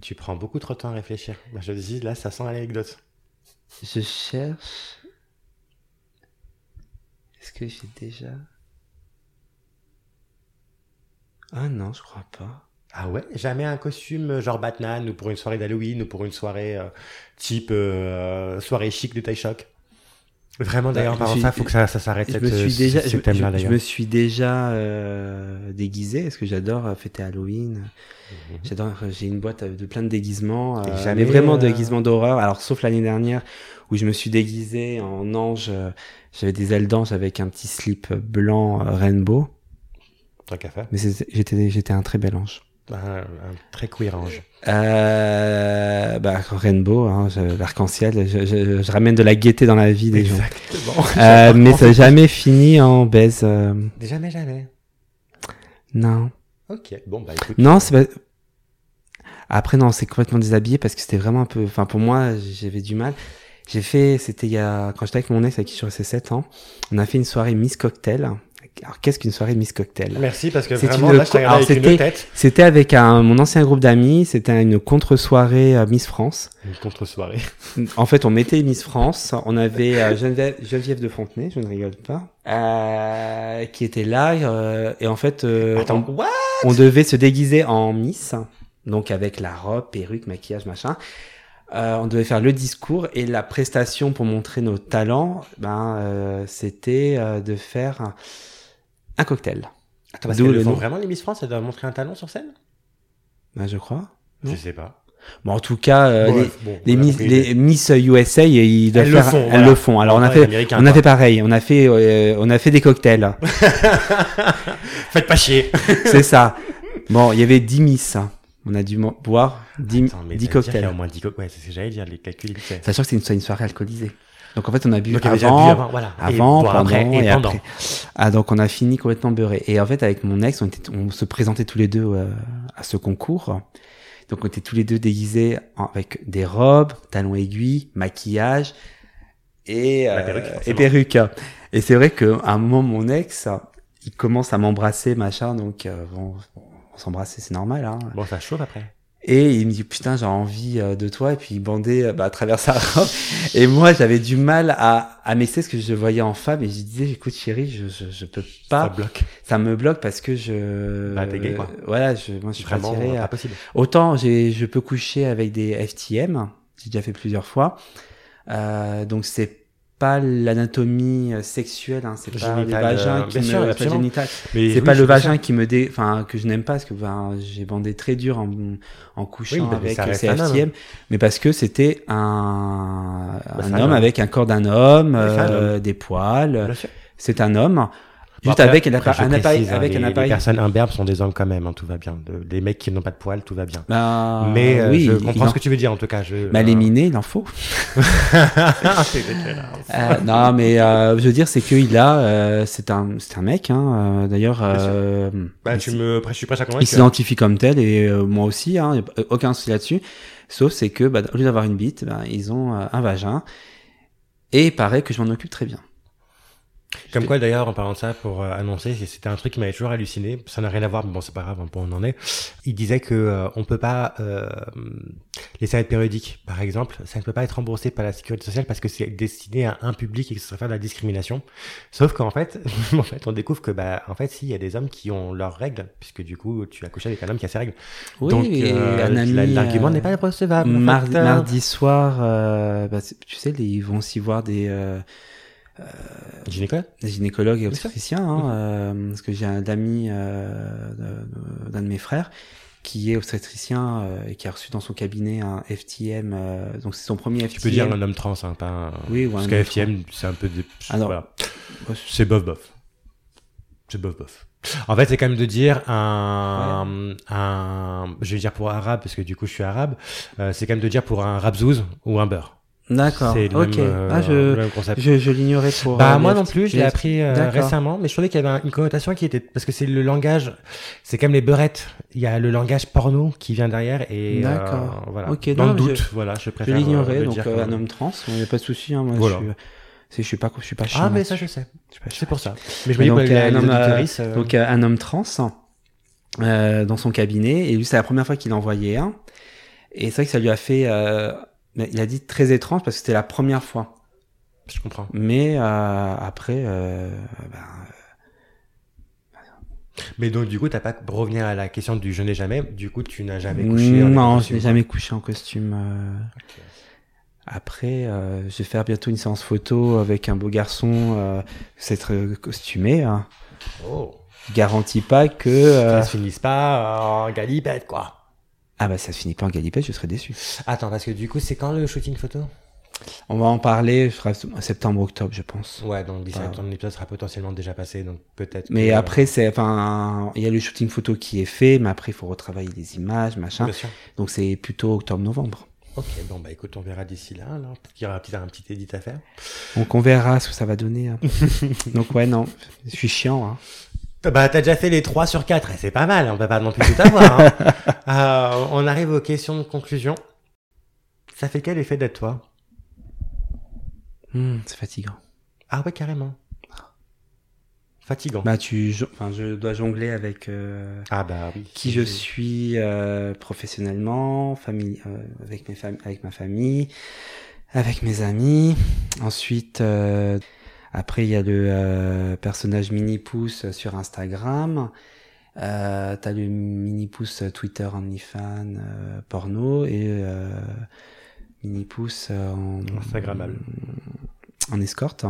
Tu prends beaucoup trop de temps à réfléchir. Bah, je te dis, là, ça sent l'anecdote.
Je cherche. Est-ce que j'ai déjà. Ah non, je crois pas.
Ah ouais Jamais un costume euh, genre Batman ou pour une soirée d'Halloween ou pour une soirée euh, type euh, soirée chic de taille choc. Vraiment, d'ailleurs,
Bah, je me
par
suis-
ça, faut que ça, ça s'arrête.
Je
cette-
me suis
ce-
déjà,
ce
je, je-
thème-là,
je
d'ailleurs.
me suis déjà euh, déguisé parce que j'adore euh, fêter Halloween.
Mhm.
J'adore, j'ai une boîte euh, de plein de déguisements,
Et
euh,
jamais,
mais vraiment de
euh,
déguisements d'horreur. Alors sauf l'année dernière où je me suis déguisé en ange, euh, j'avais des ailes d'ange avec un petit slip blanc euh, rainbow,
Tant qu'à faire.
mais c'était- j'étais j'étais un très bel ange.
Un, un très queer
[laughs]
ange.
Euh, bah, rainbow, hein, je- l'arc-en-ciel, je, je- je ramène de la gaieté dans la vie des gens.
Exactement.
Euh, mais ça n'a jamais fini en baise. euh,
Jamais, jamais.
non.
Ok, bon bah
[laughs]
écoute.
Non, c'est pas... Après, non, c'est complètement déshabillé parce que c'était vraiment un peu... Enfin, pour moi, j'avais du mal. J'ai fait... C'était il y a... Quand j'étais avec mon ex, avec qui je suis resté 7 ans, on a fait une soirée Miss Cocktail. Alors, qu'est-ce qu'une soirée Miss Cocktail
Merci parce que
C'est
vraiment
une
là je t'ai
co-
regardé avec
Alors,
une tête.
C'était avec un, mon ancien groupe d'amis. C'était une contre-soirée euh, Miss France.
Une contre-soirée.
En fait, on mettait Miss France. On avait euh, Geneviève, Geneviève de Fontenay, je ne rigole pas, euh, qui était là. euh, et en fait, euh,
Attends,
on-
what
on devait se déguiser en Miss, donc avec la robe, perruque, maquillage, machin. Euh, on devait faire le discours et la prestation pour montrer nos talents, ben, euh, c'était euh, de faire un- un cocktail,
Attends, parce
D'où
qu'elles
le
le font
nom.
vraiment les Miss France, elles doivent montrer un talon sur scène
ben, je crois. Non.
Je sais pas.
Bon, en tout cas, euh, les-
Bref, bon,
les,
on a
Miss,
compris.
les Miss USA, ils doivent
Elles le
faire-
font,
elles
voilà.
le font. Alors, on a
Ouais,
fait
américain,
On a
quoi.
fait pareil, on a fait, euh, on a fait
[laughs]
des cocktails,
Faites pas chier.
c'est ça. Bon, il y avait 10 miss, hein. on a dû mo- boire 10,
Attends, mais ça veut dire
10
qu'il y a
cocktails.
au moins 10 cocktails. Ouais, c'est ce que j'allais dire, les calculs vite fait.
Sachant que c'est une, c'est une soirée alcoolisée. Donc en fait, on a bu
Donc il y
avant,
avait déjà bu avant, voilà. Et
avant,
bon,
pendant
après,
et,
et pendant.
après. Ah, donc on a fini complètement beurré. Et en fait, avec mon ex, on, était, on se présentait tous les deux euh, à ce concours. Donc on était tous les deux déguisés en- avec des robes, talons aiguilles, maquillage et,
La
euh,
perruque,
et
forcément.
perruque. Et c'est vrai qu'à un moment, mon ex, il commence à m'embrasser, machin. Donc euh, bon, on s'embrassait, c'est normal. Hein.
Bon, ça chauffe après.
Et il me dit putain j'ai envie euh, de toi et puis il bandait euh, bah, à travers sa robe et moi j'avais du mal à à m'essayer ce que je voyais en femme et je disais écoute chérie je je, je peux
Ça
pas
bloque.
ça me bloque parce que je
Bah, t'es gay, quoi.
voilà je moi je suis pas
Vraiment,
attiré hein.
pas
à-
possible.
autant j'ai je peux coucher avec des FTM j'ai déjà fait plusieurs fois euh, donc c'est pas l'anatomie euh, sexuelle hein, c'est pas le
Génitale, euh,
vagin qui
bien sûr,
me c'est pas le
absolument.
génital
Mais
c'est
oui,
pas
je
le
sais
vagin qui me dé... enfin que je n'aime pas parce que ben, j'ai bandé très dur en, en
Oui,
couchant
mais
avec euh,
ça reste hein. un homme.
CFTM, mais parce que c'était un,
Bah,
un
c'est un
homme
homme.
avec un corps d'un homme,
Oui, c'est un
euh, des
ça.
poils.
Bien sûr.
C'est un homme.
Bon,
Juste
après-
avec un
après,
appareil,
je
un appareil-
précise, hein,
avec
les-
un appareil.
Les personnes imberbes sont des hommes quand même, hein, tout va bien. De- Les mecs qui n'ont pas de poils, tout va bien.
Bah,
Mais euh,
oui,
je
il- il
comprends
en-
ce que tu veux hein. Euh, dire en tout cas. Je, Ah,
bah,
[laughs]
les minés, il en faut. Euh, non, mais euh, je veux dire, c'est que il a, euh, c'est un, c'est un mec. Hein, euh, D'ailleurs,
Bien sûr.
euh,
Bah,
il
tu
s-
me prêches, je suis prêt à
il
convaincre.
s'identifie comme tel et euh, moi aussi, hein, y a pas- aucun souci là-dessus. Sauf c'est que bah, au lieu d'avoir une bite, bah, ils ont euh, un vagin et il paraît que je m'en occupe très bien.
Comme quoi, d'ailleurs, en parlant de ça, pour euh, annoncer, c'est- c'était un truc qui m'avait toujours halluciné. Ça n'a rien à voir, mais bon, c'est pas grave, hein, bon, on en est. Il disait que euh, on peut pas. euh, Les serviettes périodiques, par exemple, ça ne peut pas être remboursé par la sécurité sociale parce que c'est destiné à un public et que ce serait faire de la discrimination. Sauf qu'en fait, [laughs] en fait, on découvre que, bah, en fait, si, il y a des hommes qui ont leurs règles, puisque du coup, tu as couché avec un homme qui a ses règles.
Oui,
Donc,
et
euh,
un ami,
la- l'argument
euh,
n'est pas recevable. en
Mar-
fait.
mardi soir, euh, bah, c'est- tu sais, les- ils vont aussi voir des, euh,
Gynécologue
des gynécologues
Bien
et
sûr.
obstétriciens, hein, euh, parce que j'ai un ami euh, de- d'un de mes frères qui est obstétricien euh, et qui a reçu dans son cabinet un FTM, euh, donc c'est son premier FTM.
Tu peux dire un homme trans, hein, pas un...
Oui, ou
Parce
un
que
homme
FTM, c'est un peu... Des...
Ah non.
Voilà.
trans.
C'est bof bof. C'est bof bof. En fait, c'est quand même de dire un, un- je vais dire pour arabe parce que du coup je suis arabe, euh, c'est quand même de dire pour un rabzouz ou un beurre.
D'accord,
C'est le
ok.
même, euh,
ah,
le
je,
même concept.
je, je l'ignorais pour.
Bah
euh,
moi
les
non
FTM.
plus, je l'ai appris euh,
D'accord.
récemment, mais je trouvais qu'il y avait un- une connotation qui était parce que c'est le langage, c'est comme les beurrettes. Il y a le langage porno qui vient derrière et euh,
D'accord.
voilà.
Ok,
Dans
non,
le
mais
doute, voilà, je
Je
préfère. euh,
l'ignorais,
le
donc
dire
euh,
quand
un
même.
homme trans, il n'y a pas de souci. Hein, moi,
Voilà.
je, suis, c'est- je suis pas, je suis pas chiant.
Ah mais
là-dessus.
ça je sais,
Je suis pas chiant.
c'est pour ça. Mais je me dis
Donc,
que
euh,
les
non, mais, euh,
auditoristes, euh,
Donc euh, un homme trans euh, dans son cabinet et lui c'est la première fois qu'il en envoyait un et c'est vrai que ça lui a fait euh, mais il a dit très étrange parce que c'était la première fois
je comprends.
mais euh, après euh, ben,
Mais donc, du coup, t'as pas pour revenir à la question du je n'ai jamais. Du coup, tu n'as jamais couché. hein, avec
ben, non
un
je n'ai
costume.
jamais couché en costume euh. après euh, je vais faire bientôt une séance photo avec un beau garçon euh, c'est très costumé hein.
Oh.
garantit pas que
Ça
euh,
se finisse pas en galipette, quoi.
ah bah ça se finit pas en galipette je serais déçu
Attends, parce que du coup, c'est quand le shooting photo
on va en parler je ferai septembre octobre je pense
Ouais, donc d'ici
Ah.
ton épisode sera potentiellement déjà passé, donc peut-être.
Mais
que-
après, c'est, enfin, il y a le shooting photo qui est fait, mais après, il faut retravailler les images, machin.
euh, Bien sûr.
Donc, c'est plutôt octobre-novembre.
Ok, bon, bah écoute, on verra d'ici là. alors. Peut-être qu'il y aura un petit, un petit edit à faire.
Donc, on verra ce que ça va donner. hein. Donc, ouais, non, je suis chiant. Hein.
Bah, t'as déjà fait les 3 sur 4, et c'est pas mal, on peut pas non plus tout avoir.
[laughs]
hein. Euh, on arrive aux questions de conclusion. Ça fait quel effet d'être toi
Hmm, c'est fatigant.
Ah ouais, carrément. Fatigant.
Bah, tu, jo- enfin, je dois jongler avec euh,
ah bah oui.
qui je suis euh, professionnellement, famille, euh, avec, mes fam- avec ma famille, avec mes amis. Ensuite, euh, après, il y a le euh, personnage mini-pouce sur Instagram. Euh, T'as le mini-pouce Twitter, OnlyFans, euh, porno et euh, mini-pouce euh, en,
Instagrammable.
en escorte.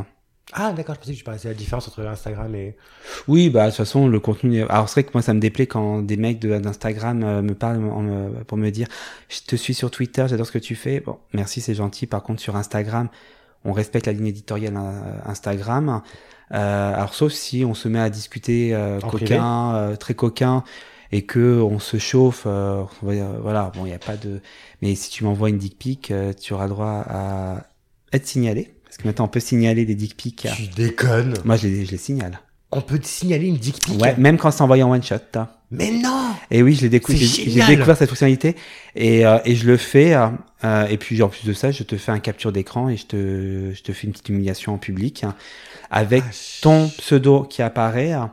Ah d'accord, je pensais que tu parlais de la différence entre Instagram et...
Oui, bah, de toute façon, le contenu. est- Alors, c'est vrai que moi, ça me déplaît quand des mecs de- d'Instagram euh, me parlent en me- pour me dire Je te suis sur Twitter, j'adore ce que tu fais. Bon, merci, c'est gentil. Par contre, sur Instagram, on respecte la ligne éditoriale euh, Instagram. Euh, alors, sauf si on se met à discuter euh,
En privé.
coquin, euh, très coquin, et que on se chauffe. euh, on va dire, voilà, bon, il n'y a pas de. Mais si tu m'envoies une dick pic, euh, tu auras droit à être signalé. Parce que maintenant, on peut signaler des dick pics.
Tu déconnes
Moi, je les, je les signale.
On peut te signaler une dick pic
Ouais, même quand c'est envoyé en one shot. hein.
Mais non
Et oui, je l'ai décou-
C'est
j'ai- j'ai
génial.
découvert cette fonctionnalité et, euh, et je le fais. euh, euh, et puis en plus de ça, je te fais un capture d'écran et je te, je te fais une petite humiliation en public hein, avec
Ah,
ton pseudo qui apparaît. hein,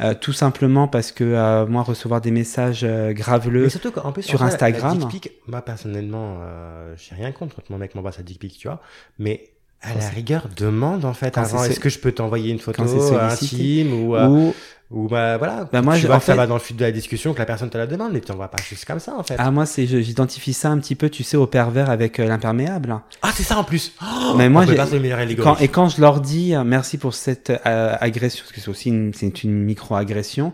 euh, tout simplement parce que euh, moi recevoir des messages euh, graveleux
Mais surtout qu'en plus,
sur
en vrai, la- la
Instagram.
dick pic, moi personnellement, euh, j'ai rien contre quand mon mec m'envoie sa dick pic, tu vois. Mais à
Quand
la
c'est-
rigueur, demande en fait
Quand
avant,
c'est-
est-ce que je peux t'envoyer une photo
quand c'est
euh,
sollicité.
intime ou... euh,
ou
Ou bah voilà,
Bah, moi,
tu
je-
vois
en
que ça
fait-
va dans le fil de la discussion, que la personne te la demande, mais tu envoies pas juste comme ça en fait. Ah,
ah moi c'est je- j'identifie ça un petit peu tu sais au pervers avec euh, l'imperméable
Ah, c'est ça en plus Oh,
Mais moi,
On peut
j'ai-
pas se meilleur allégorie.
Quand- et quand je leur dis euh, merci pour cette euh, agression, parce que c'est aussi une, c'est une micro-agression,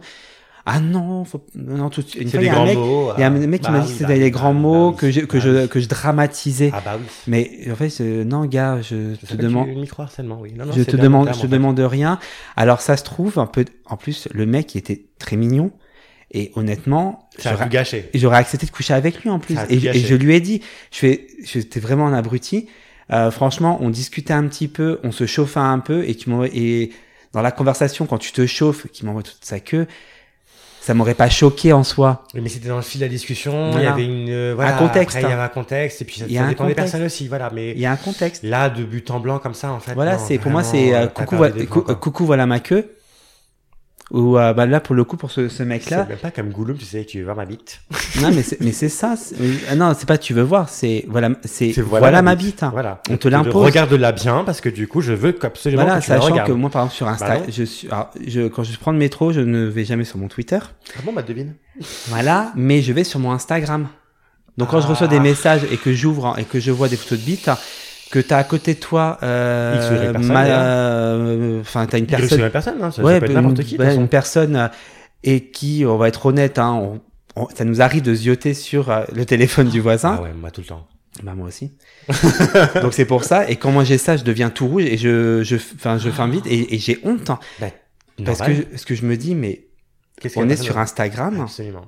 ah non, faut, non tout de suite. Une
C'est
fois,
des
il y a un
grands
mec,
mots.
il y a un
euh,
mec qui
bah
m'a dit
oui,
que c'était
bah
des
oui,
grands
bah
mots
oui,
que je, que
bah
je,
oui.
que je dramatisais.
Ah bah oui.
Mais en fait, euh, non, gars, je
C'est
te
ça
demande.
du Micro-harcèlement, oui. Non, non,
Je
c'est
te
bien
demande,
le
je
terme,
te
en fait.
demande rien. Alors ça se trouve un peu. En plus, le mec il était très mignon et honnêtement,
Ça a
j'aurais-
tout gâché.
et j'aurais accepté de coucher avec lui en plus.
Ça a tout
Et, je- et
gâché.
je lui ai dit, je fais, j'étais vraiment un abruti. Euh, franchement, on discutait un petit peu, on se chauffait un peu, et tu m'envoies- et dans la conversation, quand tu te chauffes, qui m'envoie toute sa queue, ça m'aurait pas choqué en soi.
Oui, Mais c'était dans le fil de la discussion, il y
Voilà.
avait une, euh, voilà,
Un contexte,
Après, il y
hein.
avait un contexte, et puis ça,
Il y a
ça
un
dépend des
contexte.
personnes aussi, voilà.
Il
Mais
y a un contexte.
là, de but en blanc comme ça, en fait.
voilà,
non,
c'est pour moi
vraiment,
c'est euh,
euh, t'as perdu
coucou, voilà-
des
cou-
points, quoi.
coucou, voilà ma queue. Ou euh, bah là, pour le coup, pour ce, ce
C'est
mec-là.
même pas comme Gollum, tu sais, tu veux voir ma bite.
Non, mais c'est mais c'est ça. c'est- ah Non, c'est pas tu veux voir, c'est voilà, c'est
C'est
voilà, ma bite. hein.
Voilà.
On te l'impose.
Regarde-la bien parce que du coup, je veux absolument
Voilà,
que tu la
Bah sachant
regardes.
que moi, par exemple, sur Insta,
Bah non.
je suis, alors, je, quand je prends le métro, je ne vais jamais sur mon Twitter.
Ah bon, bah devine.
Voilà, mais je vais sur mon Instagram. Donc quand je reçois des
Ah.
messages et que j'ouvre hein, et que je vois des photos de bites, hein, que t'as à côté de toi,
X ou Y
euh,
personne,
ma-
d'ailleurs.
euh, enfin t'as une
Il personne...
personne,
même personne, hein. ça, ça
ouais,
peut être
bah,
n'importe qui. de
ouais,
toute
une personne euh, et qui, on va être honnête, hein, on- on- ça nous arrive de zioter sur euh, le téléphone du
façon.
voisin.
Ah ouais, moi tout le temps.
Bah moi aussi. [laughs] Donc c'est pour ça. Et quand moi j'ai ça, je deviens tout rouge et je, je, enfin je ferme vite et, et j'ai honte hein, parce que
Normal.
je- ce que je me dis, mais
Qu'est-ce que
on
la
est
personne
sur
a-
Instagram,
Absolument.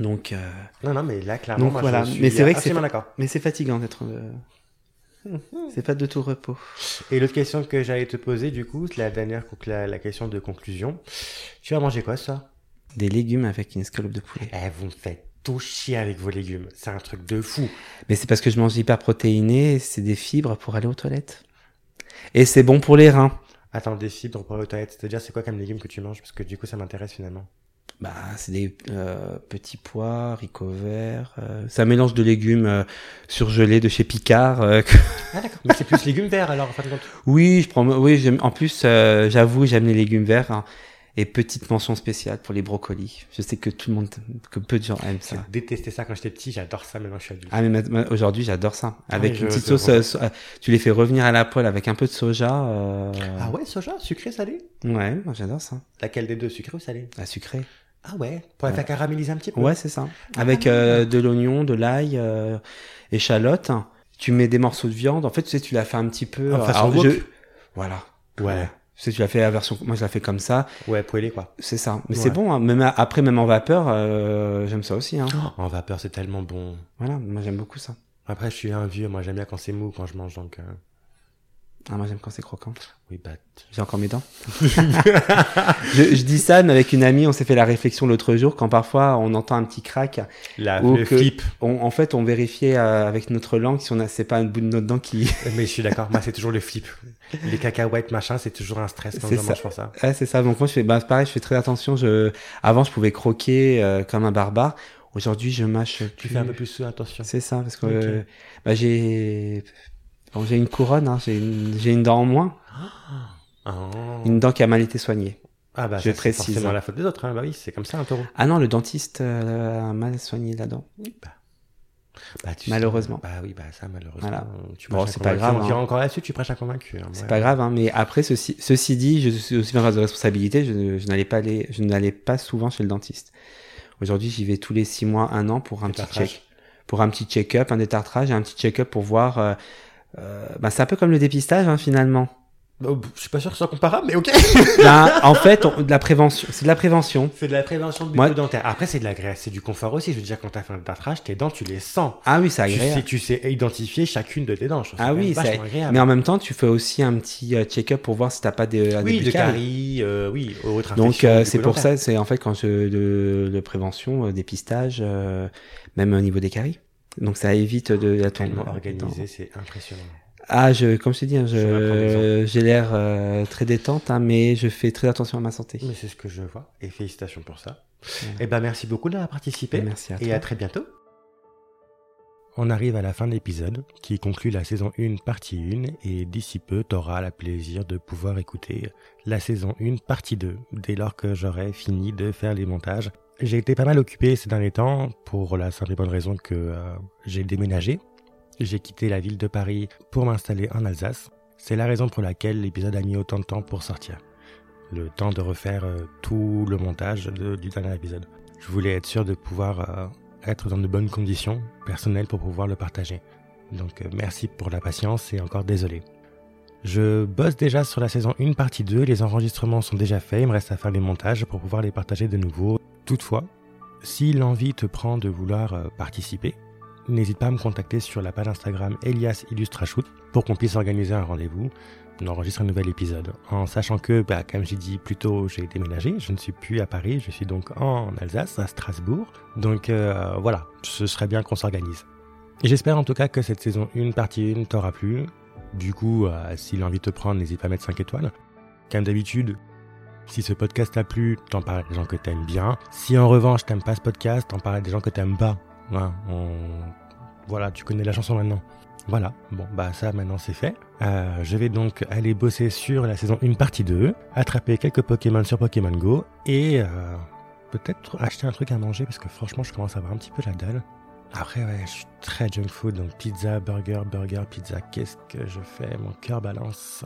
donc. euh,
Non, non, mais là, clairement,
Donc,
moi,
voilà.
je suis
Mais c'est vrai que c'est
absolument d'accord.
Mais c'est fatigant d'être. euh, C'est pas de tout repos.
Et l'autre question que j'allais te poser, du coup, c'est la dernière, donc la, la question de conclusion. Tu vas manger quoi, ça
Des légumes avec une escalope de poulet.
Eh, vous me faites tout chier avec vos légumes. C'est un truc de fou.
Mais c'est parce que je mange hyper protéiné, c'est des fibres pour aller aux toilettes. Et c'est bon pour les reins.
Attends, des fibres pour aller aux toilettes. C'est-à-dire, c'est quoi comme légumes que tu manges Parce que du coup, ça m'intéresse finalement.
Bah, c'est des euh, petits pois, haricots verts. euh, c'est un mélange de légumes euh, surgelés de chez Picard. euh, que-
Ah, d'accord. Mais c'est plus légumes verts alors, en fin de compte.
Oui, je prends. Oui, j'aime. En plus, euh, j'avoue, j'aime les légumes verts. hein. Et petite mention spéciale pour les brocolis. Je sais que tout le monde, que peu de gens aiment ça.
J'ai détesté ça quand j'étais petit, j'adore ça maintenant je suis adulte.
Ah mais ma- ma- aujourd'hui j'adore ça. Avec
Ah oui, je-
une petite
je
sauce, euh, so- euh, tu les fais revenir à la poêle avec un peu de soja. euh,
Ah ouais, soja, sucré, salé
Ouais, moi, j'adore ça.
Laquelle des deux, sucré ou salé
La sucrée.
Ah ouais, pour la faire caraméliser un petit peu.
Ouais, c'est ça.
Ah,
Avec euh, de l'oignon, de l'ail, euh, échalote. Tu mets des morceaux de viande. En fait, tu sais, tu la fais un petit peu.
En
euh,
façon
alors,
wok.
Voilà.
Ouais,
Tu sais, tu la fais à version. Moi, je la fais comme ça.
ouais, poêlé quoi.
C'est ça. Mais
Ouais.
c'est bon. hein. Même à- après, même en vapeur, euh, j'aime ça aussi. Hein.
En vapeur, c'est tellement bon.
Voilà. Moi, j'aime beaucoup ça.
Après, je suis un vieux, moi j'aime bien quand c'est mou quand je mange donc. euh,
Ah, moi, j'aime quand c'est croquant.
Oui, bah.
J'ai encore
[laughs]
mes dents. je, je dis ça, mais avec une amie, on s'est fait la réflexion l'autre jour quand parfois on entend un petit crack.
La,
Ou
le
que-
flip.
On- en fait, on vérifiait euh, avec notre langue si on a c'est pas un bout de notre dent qui. [laughs]
Mais je suis d'accord, moi c'est toujours le flip. Les cacahuètes, machin, c'est toujours un stress quand
C'est
je
ça.
mange pour ça.
Ah, c'est ça. Donc moi, je fais bah, c'est pareil. Je fais très attention. Je avant, je pouvais croquer euh, comme un barbare. Aujourd'hui, je mâche.
Tu
plus.
fais un peu plus euh, attention.
C'est ça, parce que
Ok.
euh, bah, j'ai bon, j'ai une couronne. hein, j'ai une... j'ai une dent en moins.
Ah.
Une dent qui a mal été soignée.
Ah bah,
je
ça, c'est
précise,
forcément
hein.
la faute des autres, hein. bah oui, c'est comme ça un taureau.
Ah non, le dentiste euh, a mal soigné la dent.
Bah, tu sais,
Malheureusement.
bah oui, bah ça, malheureusement.
Voilà.
Tu
Bon,
prêches un
c'est pas
convaincu.
grave,
On
hein.
dira encore là-dessus, tu prêches un convaincu. hein,
C'est
ouais.
pas grave, hein, mais après, ceci, ceci dit, je suis aussi dans un de responsabilité, je, je n'allais pas aller, je n'allais pas souvent chez le dentiste. Aujourd'hui, j'y vais tous les six mois, un an pour un petit
Détartrage.
check, pour un petit check-up, un détartrage et un petit check-up pour voir, euh, euh, bah, c'est un peu comme le dépistage, hein, finalement. [laughs]
Oh, Je suis pas sûr que ce soit comparable, mais ok.
Ben, en fait, on- de la prévention, c'est de la prévention.
C'est de la prévention de
Moi-
bucco dentaire. Après, c'est de la graisse, c'est du confort aussi. Je veux dire, quand t'as fait un tartrage, tes dents, tu les sens.
Ah oui, c'est
Tu
agréable.
sais, tu sais identifier chacune de tes dents. Je trouve
Ah
ça quand
oui,
même vachement
c'est-
agréable.
Mais en même temps, tu fais aussi un petit euh, check-up pour voir si t'as pas des, euh, des
Oui, de
buccales.
caries, euh, oui, autre
Donc
infection
euh,
du
c'est
bucco
pour
dentaire.
ça, c'est en fait quand je de, de prévention, euh, dépistage, euh, même au niveau des caries. Donc ça évite de la tombe.
Tellement Ah, organisé, c'est impressionnant.
Ah, je, comme je te dis, hein,
Je vais prendre
je- j'ai l'air euh, très détente, hein, mais je fais très attention à ma santé.
Mais c'est ce que je vois. Et félicitations pour ça.
Voilà.
Et ben merci beaucoup d'avoir participé.
Merci à
et
toi.
à très bientôt. On arrive à la fin de l'épisode qui conclut la saison 1 partie 1 et d'ici peu t'auras le plaisir de pouvoir écouter la saison 1 partie 2 dès lors que j'aurai fini de faire les montages. J'ai été pas mal occupé ces derniers temps pour la simple et bonne raison que euh, j'ai déménagé. J'ai quitté la ville de Paris pour m'installer en Alsace. C'est la raison pour laquelle l'épisode a mis autant de temps pour sortir. Le temps de refaire euh, tout le montage de- du dernier épisode. Je voulais être sûr de pouvoir euh, être dans de bonnes conditions personnelles pour pouvoir le partager. Donc euh, merci pour la patience et encore désolé. Je bosse déjà sur la saison 1 partie 2, les enregistrements sont déjà faits, il me reste à faire les montages pour pouvoir les partager de nouveau. Toutefois, si l'envie te prend de vouloir euh, participer, n'hésite pas à me contacter sur la page Instagram Elias Illustrashoot pour qu'on puisse organiser un rendez-vous, on enregistre un nouvel épisode. En sachant que, bah, comme j'ai dit plus tôt, j'ai déménagé, je ne suis plus à Paris, je suis donc en Alsace, à Strasbourg. Donc euh, voilà, ce serait bien qu'on s'organise. Et J'espère en tout cas que cette saison 1, partie 1, t'aura plu. Du coup, euh, si l'envie te prend, n'hésite pas à mettre 5 étoiles. Comme d'habitude, Si ce podcast t'a plu, t'en parles à des gens que t'aimes bien. Si en revanche t'aimes pas ce podcast, t'en parles à des gens que t'aimes pas. Ouais, on- Voilà, tu connais la chanson maintenant. Voilà, bon bah ça maintenant c'est fait. Euh, je vais donc aller bosser sur la saison 1 partie 2, attraper quelques Pokémon sur Pokémon Go et euh, peut-être acheter un truc à manger parce que franchement je commence à avoir un petit peu la dalle. Après ouais, je suis très junk food, donc pizza, burger, burger, pizza, qu'est-ce que je fais Mon cœur balance.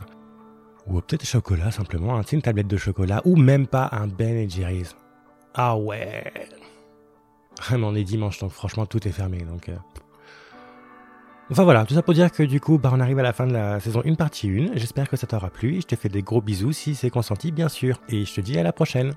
Ou peut-être chocolat simplement, hein, tu sais, une tablette de chocolat, ou même pas un Ben Jerry's. Ah ouais Ah mais on est dimanche, donc franchement tout est fermé, donc... euh, Enfin voilà, tout ça pour dire que du coup, bah, on arrive à la fin de la saison 1 partie 1. J'espère que ça t'aura plu. Je te fais des gros bisous si c'est consenti, bien sûr. Et je te dis à la prochaine.